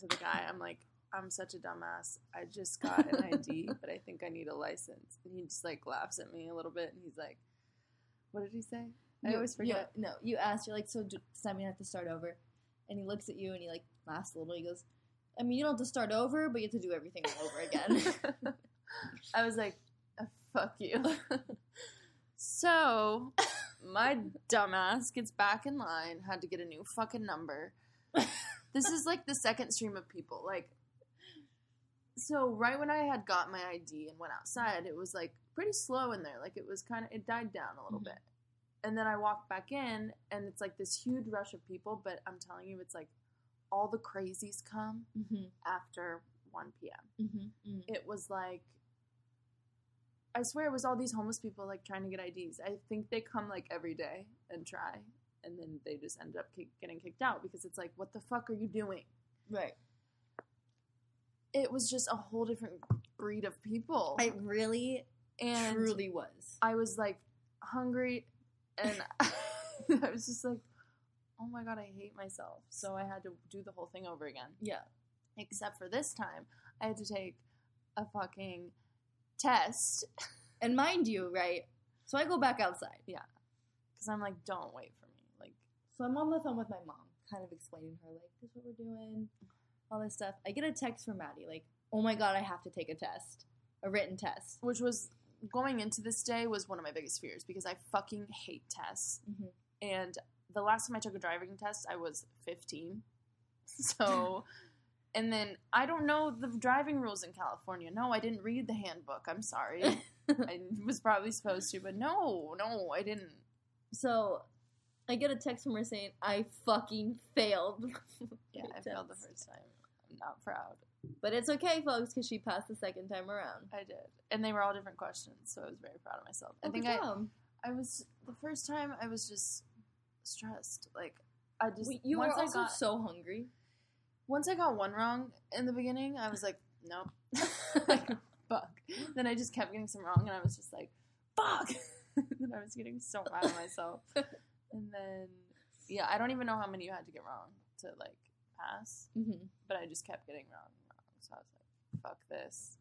Speaker 4: to the guy, I'm like, I'm such a dumbass. I just got an ID, but I think I need a license. And he just like laughs at me a little bit and he's like, What did he say? I
Speaker 2: You-
Speaker 4: always forget.
Speaker 2: you- no, you asked. You're like, so d- does that mean I have to start over? And he looks at you and he like laughs a little. He goes, I mean, you don't have to start over, but you have to do everything all over again.
Speaker 4: I was like, "Ah, fuck you. so my dumbass gets back in line, had to get a new fucking number. this is like the second stream of people. Like, so right when I had got my ID and went outside, it was like pretty slow in there. Like, it was kind of, it died down a little
Speaker 2: Mhm.
Speaker 4: bit. And then I walked back in, and it's like this huge rush of people, but I'm telling you, it's like all the crazies come
Speaker 2: mm-hmm,
Speaker 4: after 1 p.m
Speaker 2: mm-hmm, mm.
Speaker 4: it was like I swear it was all these homeless people like trying to get IDs. I think they come like every day and try, and then they just end up kick, getting kicked out because it's like, what the fuck are you doing?
Speaker 2: Right.
Speaker 4: It was just a whole different breed of people,
Speaker 2: I really,
Speaker 4: and
Speaker 2: truly was.
Speaker 4: I was like hungry, and I was just like, oh my god, I hate myself. So I had to do the whole thing over again.
Speaker 2: Yeah.
Speaker 4: Except for this time, I had to take a fucking test
Speaker 2: And mind you, right? So I go back outside.
Speaker 4: because I'm like, don't wait for me. Like,
Speaker 2: So I'm on the phone with my mom, kind of explaining her like, this is what we're doing, all this stuff. I get a text from Maddie like, oh my god, I have to take a test, a written test.
Speaker 4: which was going into this day was one of my biggest fears because I fucking hate tests.
Speaker 2: Mhm.
Speaker 4: And the last time I took a driving test, I was 15. So, and then I don't know the driving rules in California. No, I didn't read the handbook. I'm sorry. I was probably supposed to, but no, no, I didn't.
Speaker 2: So I get a text from her saying, I fucking failed.
Speaker 4: Yeah, I
Speaker 2: Great
Speaker 4: failed the
Speaker 2: test.
Speaker 4: first time. I'm not proud.
Speaker 2: But it's okay, folks, because she passed the second time around.
Speaker 4: I did. And they were all different questions, so I was very proud of myself. I
Speaker 2: Oh,
Speaker 4: think
Speaker 2: good
Speaker 4: I,
Speaker 2: job.
Speaker 4: I was the first time I was just stressed. Like I just
Speaker 2: Wait, you were
Speaker 4: once I
Speaker 2: also
Speaker 4: got
Speaker 2: so hungry.
Speaker 4: once I got one wrong in the beginning, I was like, nope. like fuck. Then I just kept getting some wrong and I was just like, fuck and I was getting so mad at myself. and then yeah, I don't even know how many you had to get wrong to like pass,
Speaker 2: Mm-hmm.
Speaker 4: but I just kept getting wrong and wrong. So I was like, fuck this.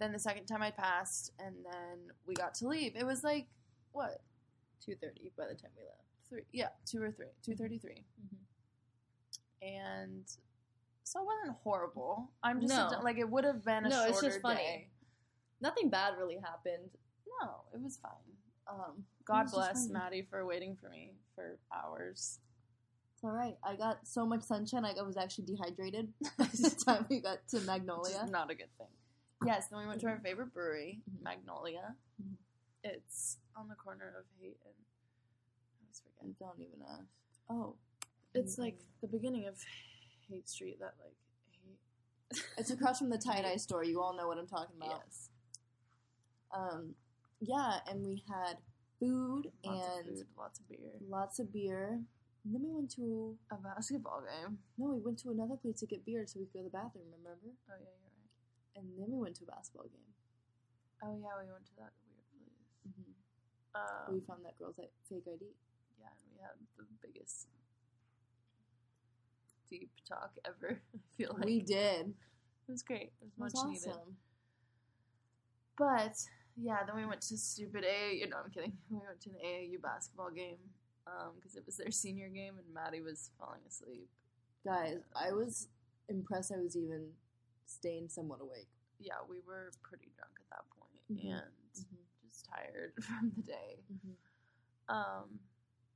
Speaker 4: Then the second time I passed and then we got to leave. It was like what?
Speaker 2: 2.30 by the time we left.
Speaker 4: three yeah two or three
Speaker 2: Mm-hmm.
Speaker 4: two thirty three and so it wasn't horrible i'm just
Speaker 2: No.
Speaker 4: like it would have been a
Speaker 2: No,
Speaker 4: shorter
Speaker 2: it's just funny.
Speaker 4: day
Speaker 2: Nothing bad really happened.
Speaker 4: no it was fine
Speaker 2: Um,
Speaker 4: god
Speaker 2: was just
Speaker 4: bless
Speaker 2: funny.
Speaker 4: maddie for waiting for me for hours
Speaker 2: it's all right. I got so much sunshine, I was actually dehydrated by the time we got to
Speaker 4: which
Speaker 2: Magnolia.
Speaker 4: is not a good thing
Speaker 2: Mm-hmm.
Speaker 4: yes then we went to our favorite brewery
Speaker 2: Mhm.
Speaker 4: magnolia
Speaker 2: Mhm.
Speaker 4: it's on the corner of hate and i always
Speaker 2: I
Speaker 4: forget
Speaker 2: don't even ask. Oh.
Speaker 4: it's like
Speaker 2: Mhm.
Speaker 4: the beginning of hate street that like hate
Speaker 2: It's across from the tie dye store. You all know what I'm talking about.
Speaker 4: Yes.
Speaker 2: Um, yeah, and we had food
Speaker 4: Lots
Speaker 2: and
Speaker 4: of food, lots of beer.
Speaker 2: lots of beer. And then we went to
Speaker 4: A basketball game.
Speaker 2: no, we went to another place to get beer so we could go to the bathroom. Remember?
Speaker 4: Oh yeah, you're right.
Speaker 2: And then we went to a basketball game.
Speaker 4: Oh yeah, we went to that weird place. Um,
Speaker 2: Mm-hmm. we found that girl's like, fake ID.
Speaker 4: yeah, and we had the biggest deep talk ever. I feel like
Speaker 2: we did.
Speaker 4: it was great. It was
Speaker 2: It was
Speaker 4: much
Speaker 2: awesome.
Speaker 4: needed. But yeah, then we went to stupid AAU. No, I'm kidding. We went to an AAU basketball game because it was their senior game, and Maddie was falling asleep.
Speaker 2: Guys, I was impressed. I was even staying somewhat awake.
Speaker 4: Yeah, we were pretty drunk at that point
Speaker 2: Mhm.
Speaker 4: and just tired from the day.
Speaker 2: Mm-hmm.
Speaker 4: Um,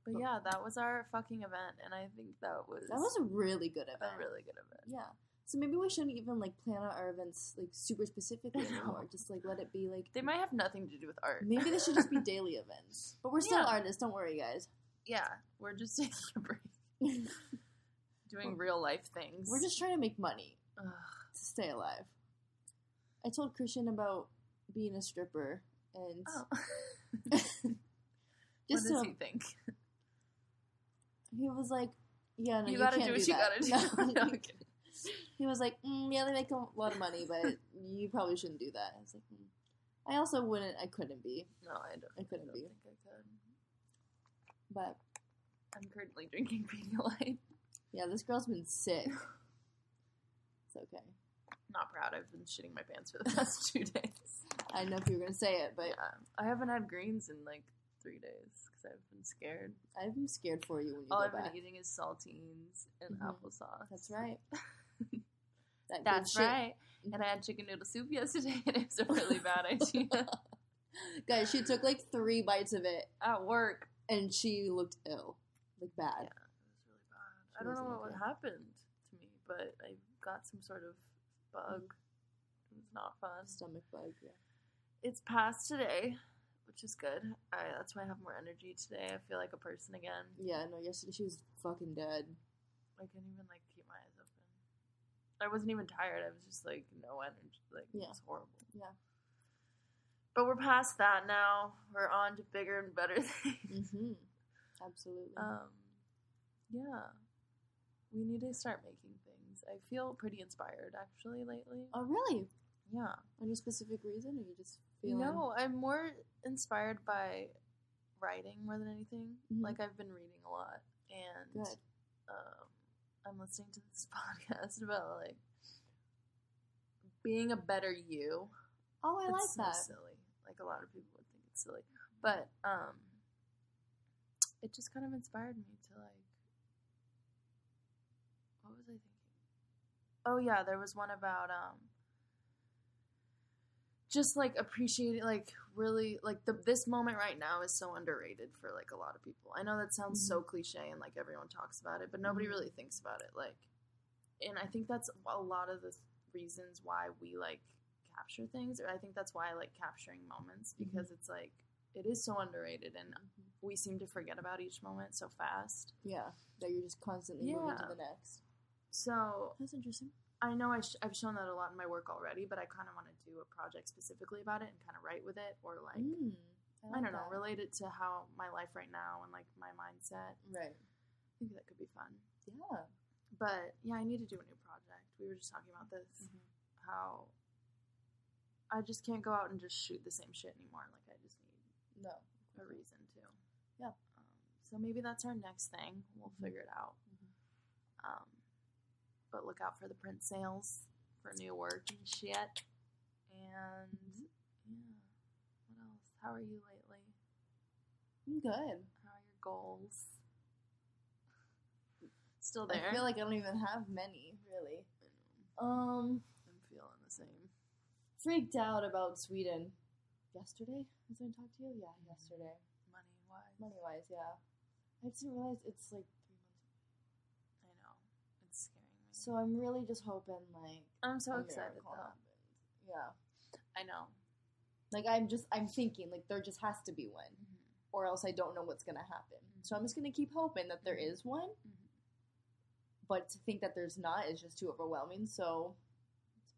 Speaker 4: but
Speaker 2: But-
Speaker 4: yeah, that was our fucking event, and I think that was
Speaker 2: That was a really good
Speaker 4: a
Speaker 2: event.
Speaker 4: really good event.
Speaker 2: Yeah. So maybe we shouldn't even like plan out our events like super specifically anymore. Just like let it be like
Speaker 4: They might have nothing to do with art.
Speaker 2: maybe they should just be daily events. But we're still
Speaker 4: Yeah.
Speaker 2: artists, don't worry guys.
Speaker 4: yeah, we're just taking a break, doing real life things.
Speaker 2: We're just trying to make money
Speaker 4: Ugh.
Speaker 2: to stay alive. I told Christian about being a stripper and
Speaker 4: Oh.
Speaker 2: just
Speaker 4: what does
Speaker 2: so
Speaker 4: he think?
Speaker 2: he was like, Yeah, no,
Speaker 4: you
Speaker 2: you,
Speaker 4: gotta
Speaker 2: can't
Speaker 4: do what
Speaker 2: do
Speaker 4: you
Speaker 2: that. No,
Speaker 4: gotta do. No,
Speaker 2: you
Speaker 4: I'm kidding.
Speaker 2: He was like, mm, "Yeah, they make a lot of money, but you probably shouldn't do that." I was like, mm. "I also wouldn't. I couldn't be,
Speaker 4: No, I don't.
Speaker 2: I couldn't
Speaker 4: I don't
Speaker 2: be.
Speaker 4: think I could.
Speaker 2: but
Speaker 4: I'm currently drinking Pedialyte.
Speaker 2: yeah, this girl's been sick. It's okay.
Speaker 4: Not proud. I've been shitting my pants for the past two days.
Speaker 2: I didn't know if you were gonna say it, but
Speaker 4: yeah, I haven't had greens in like three days because I've been scared.
Speaker 2: I'm scared for you when you
Speaker 4: All
Speaker 2: go
Speaker 4: Oh, I've
Speaker 2: back.
Speaker 4: been eating is saltines and
Speaker 2: Mhm.
Speaker 4: applesauce.
Speaker 2: That's right. That good
Speaker 4: That's
Speaker 2: shit. Mm-hmm.
Speaker 4: right. And I had chicken noodle soup yesterday, and it was a really bad idea
Speaker 2: Guys, she took like three bites of it,
Speaker 4: at work.
Speaker 2: and she looked ill, like bad.
Speaker 4: Yeah, it was really bad.
Speaker 2: She
Speaker 4: I don't know
Speaker 2: wasn't
Speaker 4: what
Speaker 2: okay.
Speaker 4: happened to me, but I got some sort of bug. It was not fun.
Speaker 2: Stomach bug. Yeah.
Speaker 4: It's past today, which is good. I, that's why I have more energy today. I feel like a person again.
Speaker 2: Yeah. No. Yesterday she was fucking dead.
Speaker 4: I couldn't even like keep my eyes open. I wasn't even tired. I was just like no energy. Like
Speaker 2: Yeah.
Speaker 4: it was horrible.
Speaker 2: Yeah.
Speaker 4: But we're past that now. We're on to bigger and better things.
Speaker 2: hmm Absolutely.
Speaker 4: Um,
Speaker 2: Mm-hmm.
Speaker 4: yeah. We need to start making things. I feel pretty inspired actually lately.
Speaker 2: oh, really?
Speaker 4: yeah.
Speaker 2: Any specific reason, or you just feeling?
Speaker 4: No, I'm more inspired by writing more than anything.
Speaker 2: Mhm.
Speaker 4: Like I've been reading a lot and
Speaker 2: Good.
Speaker 4: um, I'm listening to this podcast about like being a better you.
Speaker 2: Oh, I
Speaker 4: It's so
Speaker 2: like that.
Speaker 4: silly. Like a lot of people would think it's silly, but um, it just kind of inspired me to like. What was I thinking? Oh yeah, there was one about um. Just like appreciating, like really, like the this moment right now is so underrated for like a lot of people. I know that sounds
Speaker 2: Mm-hmm.
Speaker 4: so cliche and like everyone talks about it, but nobody
Speaker 2: Mhm.
Speaker 4: really thinks about it. Like, and I think that's a lot of the reasons why we like capture things, or I think that's why I like capturing moments because it's like it is so underrated, and
Speaker 2: Mhm.
Speaker 4: we seem to forget about each moment so fast.
Speaker 2: Yeah, that you're just constantly moving to
Speaker 4: Yeah.
Speaker 2: the next.
Speaker 4: So
Speaker 2: That's interesting.
Speaker 4: I know I sh- I've shown that a lot in my work already, but I kind of want to do a project specifically about it and kind of write with it, or like
Speaker 2: Mm,
Speaker 4: I
Speaker 2: like
Speaker 4: don't know,
Speaker 2: that.
Speaker 4: relate it to how my life right now and like my mindset.
Speaker 2: Right.
Speaker 4: I think that could be fun.
Speaker 2: Yeah.
Speaker 4: But yeah, I need to do a new project. We were just talking about this how I just can't go out and just shoot the same shit anymore. Like I just need
Speaker 2: No.
Speaker 4: a reason to.
Speaker 2: Yeah.
Speaker 4: Um, so maybe that's our next thing. We'll
Speaker 2: Mhm.
Speaker 4: figure it out. Um, but look out for the print sales for new work and shit. And
Speaker 2: Mm-hmm.
Speaker 4: yeah, what else? How are you lately?
Speaker 2: I'm good.
Speaker 4: How are your goals? Still there?
Speaker 2: I feel like I don't even have many, really. Um,
Speaker 4: I'm feeling the same.
Speaker 2: freaked out about Sweden yesterday. Was I talk to you? Yeah,
Speaker 4: Mm-hmm.
Speaker 2: yesterday.
Speaker 4: Money wise,
Speaker 2: Money wise, yeah. I just didn't realize it's like three months.
Speaker 4: I know it's scaring me.
Speaker 2: So I'm really just hoping like
Speaker 4: I'm so
Speaker 2: a
Speaker 4: excited
Speaker 2: miracle
Speaker 4: though.
Speaker 2: happens. Yeah.
Speaker 4: I know.
Speaker 2: Like I'm just I'm thinking like there just has to be one. or else I don't know what's gonna happen.
Speaker 4: Mm-hmm.
Speaker 2: So I'm just gonna keep hoping that there is one,
Speaker 4: Mhm. Mm-hmm.
Speaker 2: but to think that there's not is just too overwhelming. So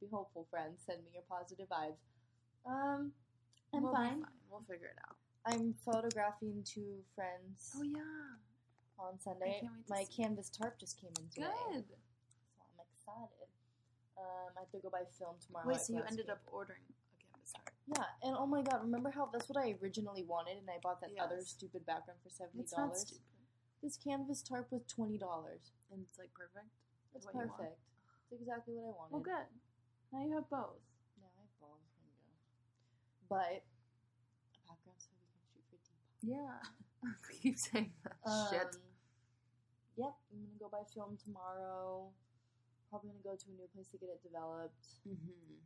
Speaker 2: be hopeful, friends. Send me your positive vibes. Um, I'm
Speaker 4: We'll be
Speaker 2: fine.
Speaker 4: We'll figure it out.
Speaker 2: I'm photographing two friends
Speaker 4: Oh yeah,
Speaker 2: on Sunday.
Speaker 4: can't wait to
Speaker 2: My
Speaker 4: see-
Speaker 2: canvas tarp just came in today,
Speaker 4: good.
Speaker 2: so I'm excited. Um, I have to go buy film tomorrow.
Speaker 4: Wait,
Speaker 2: at
Speaker 4: so you
Speaker 2: Glass
Speaker 4: ended
Speaker 2: Field.
Speaker 4: up ordering a canvas art?
Speaker 2: Yeah, and oh my god, remember how that's what I originally wanted, and I bought that other
Speaker 4: Yes.
Speaker 2: stupid background for seventy
Speaker 4: It's not
Speaker 2: dollars.
Speaker 4: stupid,
Speaker 2: This canvas tarp was twenty dollars.
Speaker 4: and it's like perfect.
Speaker 2: That's
Speaker 4: what you want.
Speaker 2: perfect. It's exactly what I wanted.
Speaker 4: Well, good. Now you have both.
Speaker 2: Now I have balls. Here we go. But a background so we can shoot for Depop.
Speaker 4: Yeah. Keep saying that shit.
Speaker 2: Um, Yep, I'm gonna go buy film tomorrow. Probably gonna go to a new place to get it developed.
Speaker 4: Mm-hmm.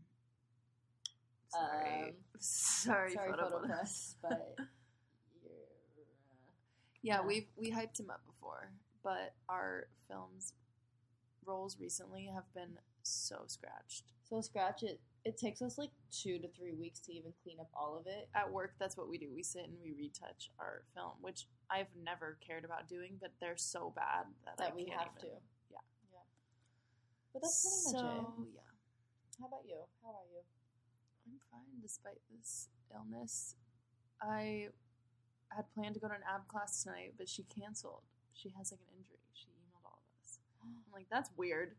Speaker 4: Sorry.
Speaker 2: Um,
Speaker 4: sorry,
Speaker 2: Sorry,
Speaker 4: photo,
Speaker 2: Photo
Speaker 4: Bonus.
Speaker 2: Plus, but you're. Uh, Yeah.
Speaker 4: Yeah, we've we hyped him up before, but our films roles recently have been so scratched.
Speaker 2: So scratch it. It takes us like two to three weeks to even clean up all of it.
Speaker 4: At work, that's what we do. We sit and we retouch our film, which I've never cared about doing, but they're so bad that, I
Speaker 2: That we
Speaker 4: can't
Speaker 2: have
Speaker 4: even.
Speaker 2: to.
Speaker 4: Yeah.
Speaker 2: Yeah. But that's pretty
Speaker 4: so,
Speaker 2: much it.
Speaker 4: yeah,
Speaker 2: How about you? How are you?
Speaker 4: I'm fine despite this illness. I had planned to go to an ab class tonight, but she canceled. She has like an injury. She emailed all of us. I'm like, that's weird.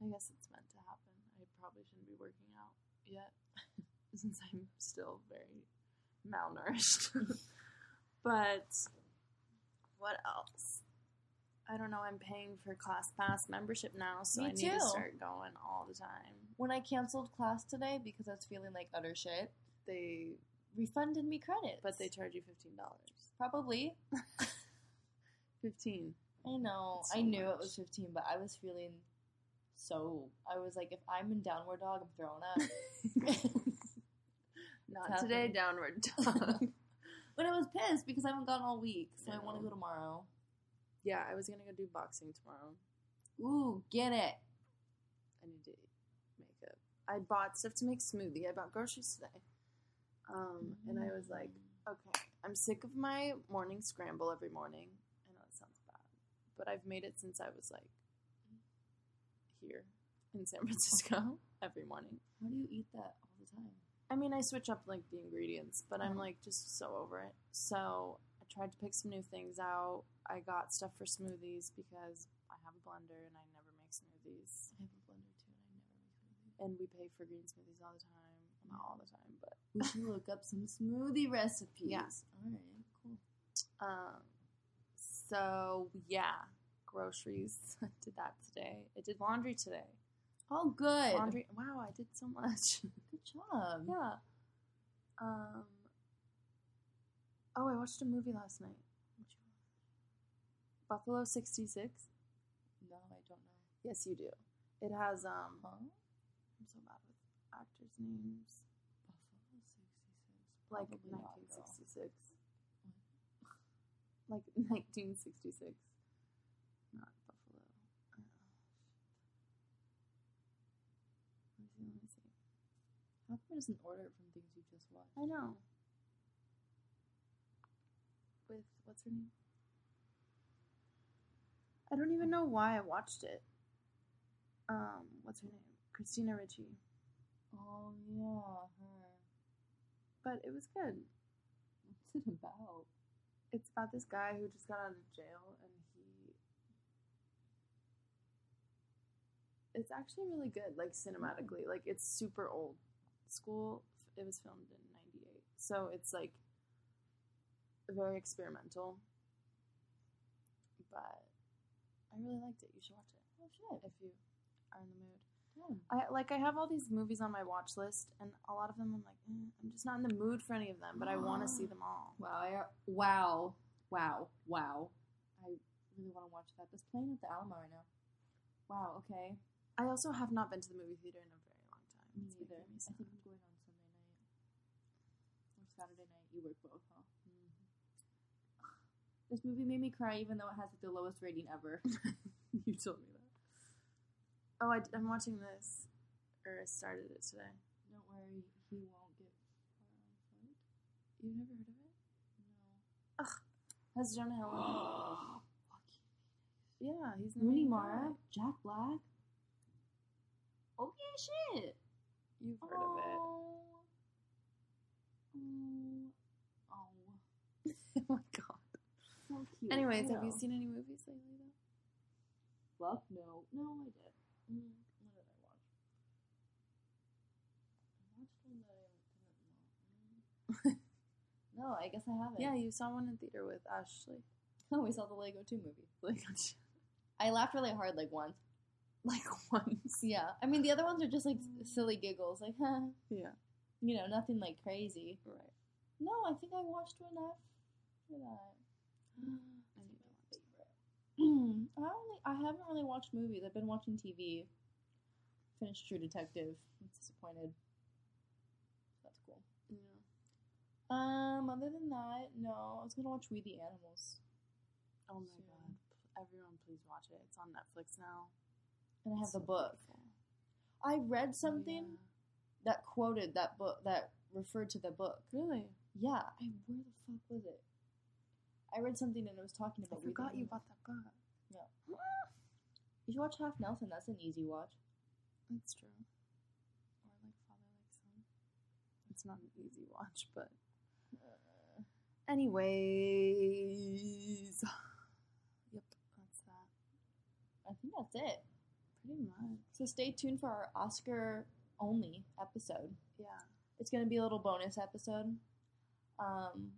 Speaker 4: I guess it's meant to happen. I probably shouldn't be working out yet since I'm still very malnourished. but what else? I don't know. I'm paying for Class Pass membership now, so
Speaker 2: Me
Speaker 4: I need
Speaker 2: too.
Speaker 4: to start going all the time.
Speaker 2: When I canceled class today because I was feeling like utter shit,
Speaker 4: They
Speaker 2: refunded me credits.
Speaker 4: but they charge you fifteen dollars.
Speaker 2: probably.
Speaker 4: Fifteen.
Speaker 2: I know.
Speaker 4: It's so
Speaker 2: I knew
Speaker 4: much.
Speaker 2: it was fifteen, but I was feeling so. I was like, if I'm in downward dog, I'm thrown up.
Speaker 4: Not
Speaker 2: It's
Speaker 4: today,
Speaker 2: happening.
Speaker 4: downward dog.
Speaker 2: but I was pissed because I haven't gone all week, so I want
Speaker 4: No.
Speaker 2: to go tomorrow.
Speaker 4: yeah, I was gonna go do boxing tomorrow.
Speaker 2: Ooh, get it.
Speaker 4: I need to make up. I bought stuff to make smoothie. I bought groceries today. Um, and I was like, okay, I'm sick of my morning scramble every morning. I know that sounds bad, but I've made it since I was like here in San Francisco every morning.
Speaker 2: Why do you eat that all the time?
Speaker 4: I mean, I switch up like the ingredients, but I'm
Speaker 2: Uh-huh.
Speaker 4: like just so over it. So I tried to pick some new things out. I got stuff for smoothies because I have a blender and I never make smoothies.
Speaker 2: I have a blender too, and I never make smoothies. Mm-hmm.
Speaker 4: and we pay for green smoothies all the time. Well, not all the time, but
Speaker 2: We should look up some smoothie recipes. All right, cool.
Speaker 4: um, so yeah, groceries did that today. I did laundry today.
Speaker 2: All good.
Speaker 4: Laundry. Wow, I did so much.
Speaker 2: Good job.
Speaker 4: yeah. Um. Oh, I watched a movie last night. Buffalo '66.
Speaker 2: No, I don't know.
Speaker 4: Yes, you do. It has um.
Speaker 2: Huh?
Speaker 4: I'm so bad with actors' names.
Speaker 2: Buffalo 66.
Speaker 4: Like
Speaker 2: Probably not, girl.
Speaker 4: 1966. Like 1966. Not Buffalo. Uh, Let
Speaker 2: Oh,
Speaker 4: me see, let me see.
Speaker 2: How come it doesn't order it from things you just watched?
Speaker 4: I know. With what's her name? I don't even know why I watched it. Um, what's her name? Christina Ricci.
Speaker 2: Oh, yeah, her.
Speaker 4: But it was good.
Speaker 2: What's it about?
Speaker 4: it's about this guy who just got out of jail and he it's actually really good like cinematically like it's super old school it was filmed in 98 so it's like very experimental but i really liked it you should watch it
Speaker 2: Oh, shit.
Speaker 4: if you are in the mood
Speaker 2: Yeah.
Speaker 4: I like I have all these movies on my watch list, and a lot of them I'm like, eh, I'm just not in the mood for any of them, but I want to see them all.
Speaker 2: Wow, I, wow, wow, wow. I really want to watch that. That's playing at the Alamo right now. Wow, okay.
Speaker 4: I also have not been to the movie theater in a very long time.
Speaker 2: Me
Speaker 4: It's
Speaker 2: neither.
Speaker 4: making me
Speaker 2: I
Speaker 4: sad.
Speaker 2: think I'm going on Sunday night. Or Saturday night. You work both, huh? This movie made me cry even though it has like, the lowest rating ever.
Speaker 4: you told me that. Oh, I, am watching this, or I started it today.
Speaker 2: Don't worry, he won't get far on foot.
Speaker 4: You've never heard of it?
Speaker 2: No.
Speaker 4: Has Jonah Hill? in it? yeah, he's in the
Speaker 2: Rooney
Speaker 4: main
Speaker 2: Mara,
Speaker 4: guy.
Speaker 2: Jack Black. Okay.
Speaker 4: funny shit.
Speaker 2: You've heard
Speaker 4: oh.
Speaker 2: of it.
Speaker 4: Oh. Oh. oh my god.
Speaker 3: So cute.
Speaker 4: Anyways,
Speaker 3: I
Speaker 4: have you
Speaker 3: know.
Speaker 4: seen any movies lately though?
Speaker 3: Fuck no. No, I did. Mm, what did I watch? I watched one that I didn't know. Mm. no, I guess I haven't.
Speaker 4: Yeah, you saw one in theater with Ashley.
Speaker 2: Oh, we saw the Lego 2 movie.
Speaker 4: Like
Speaker 2: I laughed really hard, like once.
Speaker 4: like once.
Speaker 2: Yeah. I mean, the other ones are just like s- silly giggles, like, huh.
Speaker 4: Yeah.
Speaker 2: You know, nothing like crazy.
Speaker 4: Right.
Speaker 2: No, I think I watched one after that.
Speaker 4: I need to watch it.
Speaker 2: Mm, I only I haven't really watched movies. I've been watching TV. Finished True Detective. I'm disappointed. That's cool.
Speaker 4: Yeah.
Speaker 2: Um, other than that, no. I was gonna watch We the Animals,
Speaker 4: Oh my
Speaker 2: Soon.
Speaker 4: god. P- Everyone please watch it. It's on Netflix now.
Speaker 2: and I have
Speaker 4: So
Speaker 2: the book.
Speaker 4: beautiful.
Speaker 2: I
Speaker 4: Oh,
Speaker 2: read something that quoted that book that referred to the book.
Speaker 4: Yeah. Really?
Speaker 2: Yeah, I where the fuck was it? I read something and it was talking
Speaker 4: I
Speaker 2: about. We the
Speaker 4: forgot you
Speaker 2: Animals.
Speaker 4: bought that book.
Speaker 2: You should watch Half Nelson. That's an easy watch.
Speaker 4: That's true. Or like father like son. It's not an easy watch, but
Speaker 2: Uh,
Speaker 4: anyways. yep, that's that.
Speaker 2: I think that's it.
Speaker 4: Pretty much.
Speaker 2: So stay tuned for our Oscar only episode.
Speaker 4: Yeah.
Speaker 2: It's gonna be a little bonus episode. Um,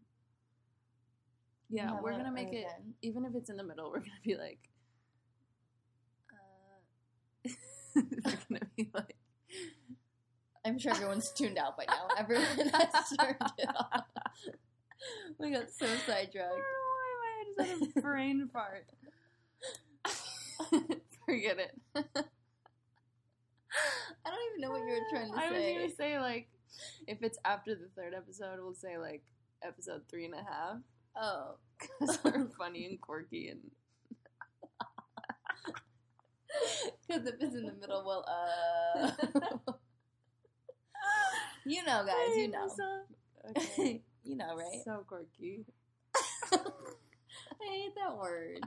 Speaker 2: we
Speaker 4: Yeah,
Speaker 2: have
Speaker 4: we're
Speaker 2: a-
Speaker 4: gonna
Speaker 2: an
Speaker 4: make it
Speaker 2: event.
Speaker 4: even if it's in the middle, we're gonna be like uh we're gonna be like
Speaker 2: I'm sure everyone's tuned out by now. Everyone has turned it off. We got so
Speaker 4: I
Speaker 2: sidetracked.
Speaker 4: don't know why I just had a brain fart. Forget it.
Speaker 2: I don't even know what you were trying to
Speaker 4: I
Speaker 2: say.
Speaker 4: was gonna say like if it's after the third episode, we'll say like episode three and a half.
Speaker 2: oh,
Speaker 4: Because we're funny and quirky and
Speaker 2: because if it's in the middle, well, uh, you know, guys, you know,
Speaker 4: Okay.
Speaker 2: you know, right?
Speaker 4: So quirky.
Speaker 2: I hate that word.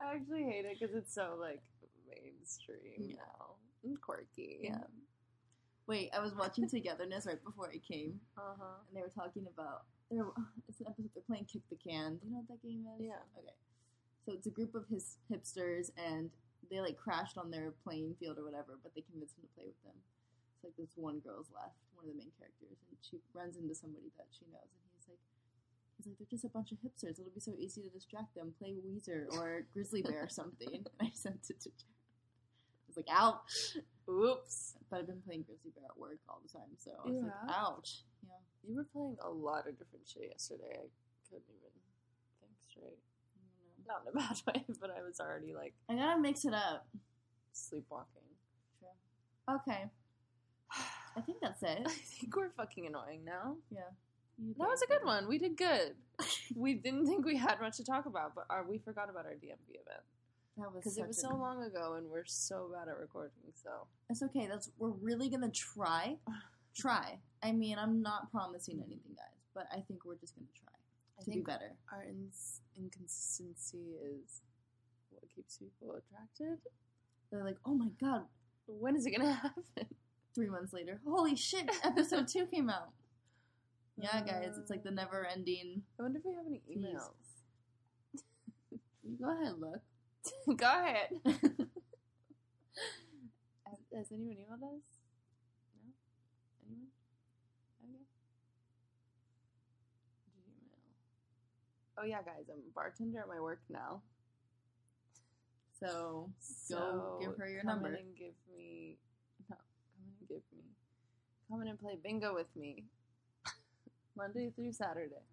Speaker 4: I actually hate it because it's so like mainstream
Speaker 2: Yeah.
Speaker 4: now. And quirky.
Speaker 2: Yeah. Wait, I was watching Togetherness right before it came,
Speaker 4: Uh huh.
Speaker 2: and they were talking about they were, it's an episode they're playing Kick the Can. Do you know what that game is?
Speaker 4: Yeah.
Speaker 2: Okay. So it's a group of his hipsters, and they like crashed on their playing field or whatever, but they convinced him to play with them. It's like this one girl's left, one of the main characters, and she runs into somebody that she knows, and he's like. He's like, they're just a bunch of hipsters. It'll be so easy to distract them. Play Weezer or Grizzly Bear or something. And I sent it to Jared. I was like, ouch
Speaker 4: Oops.
Speaker 2: but I've been playing Grizzly Bear at work all the time, so I was
Speaker 4: Yeah.
Speaker 2: like, ouch. Yeah.
Speaker 4: You were playing a lot of different shit yesterday. I couldn't even think straight.
Speaker 2: I
Speaker 4: Not in a bad way, but I was already like
Speaker 2: don't know. I gotta mix it up.
Speaker 4: sleepwalking.
Speaker 2: Okay. I think that's it.
Speaker 4: I think we're fucking annoying now.
Speaker 2: You
Speaker 4: That was a
Speaker 2: think?
Speaker 4: good one. We did good. we didn't think we had much to talk about, but our, we forgot about our DMV event
Speaker 2: That was
Speaker 4: because it was
Speaker 2: such
Speaker 4: so
Speaker 2: a-
Speaker 4: long ago, and we're so bad at recording. So
Speaker 2: It's okay. That's we're really gonna try. Try. I mean, I'm not promising anything, guys, but I think we're just gonna try
Speaker 4: I
Speaker 2: to be
Speaker 4: think
Speaker 2: better.
Speaker 4: our ins- inconsistency is what keeps people attracted.
Speaker 2: They're like, oh my god,
Speaker 4: When is it gonna happen?
Speaker 2: three months later, holy shit, episode two came out. Yeah, guys, it's like the
Speaker 4: Uh,
Speaker 2: never ending.
Speaker 4: I wonder if we have any
Speaker 2: tease.
Speaker 4: emails.
Speaker 2: You Go ahead, look.
Speaker 4: Go ahead. has, has anyone emailed us? No? Anyone? Okay. Gmail. Oh, yeah, guys, I'm a bartender at my work now.
Speaker 2: So
Speaker 4: So
Speaker 2: give her your
Speaker 4: come
Speaker 2: number.
Speaker 4: in and give me. No, come in and give me. Come in and play bingo with me. Monday through Saturday.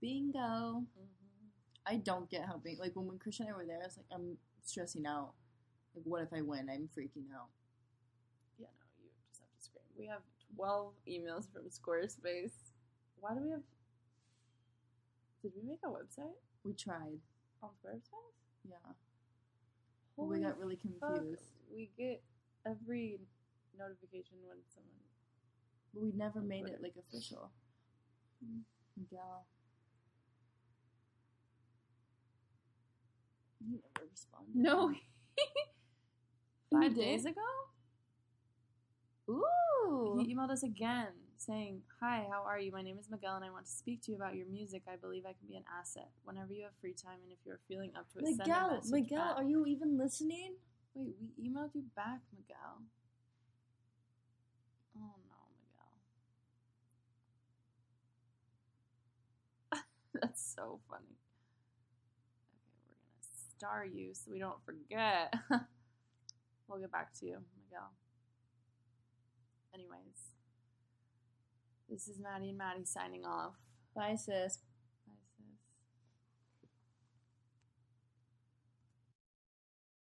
Speaker 2: bingo. Mm-hmm. I don't get how big. Like when, when Christian and I were there, I was like, I'm stressing out. Like, what if I win? I'm freaking out.
Speaker 4: Yeah, no, you just have to scream. We have 12 emails from Squarespace. Why do we have. Did we make a website
Speaker 2: We tried.
Speaker 4: on Squarespace?
Speaker 2: Yeah. But we got really
Speaker 4: fuck.
Speaker 2: confused.
Speaker 4: We get every notification when someone.
Speaker 2: But we never made it like official. Miguel. He never responded.
Speaker 4: No, He
Speaker 2: five
Speaker 4: did?
Speaker 2: days ago.
Speaker 4: He
Speaker 2: Ooh.
Speaker 4: emailed us again saying, Hi, how are you? My name is Miguel and I want to speak to you about your music. I believe I can be an asset whenever you have free time and if you're feeling up to it. send a
Speaker 2: Miguel,
Speaker 4: message
Speaker 2: Miguel,
Speaker 4: back."
Speaker 2: are you even listening?
Speaker 4: Wait, we emailed you back, Miguel. Oh no, Miguel. That's so funny. Okay, we're gonna star you so we don't forget. we'll get back to you, Miguel. Anyways, this is Maddie and Maddie signing off.
Speaker 2: Bye, sis.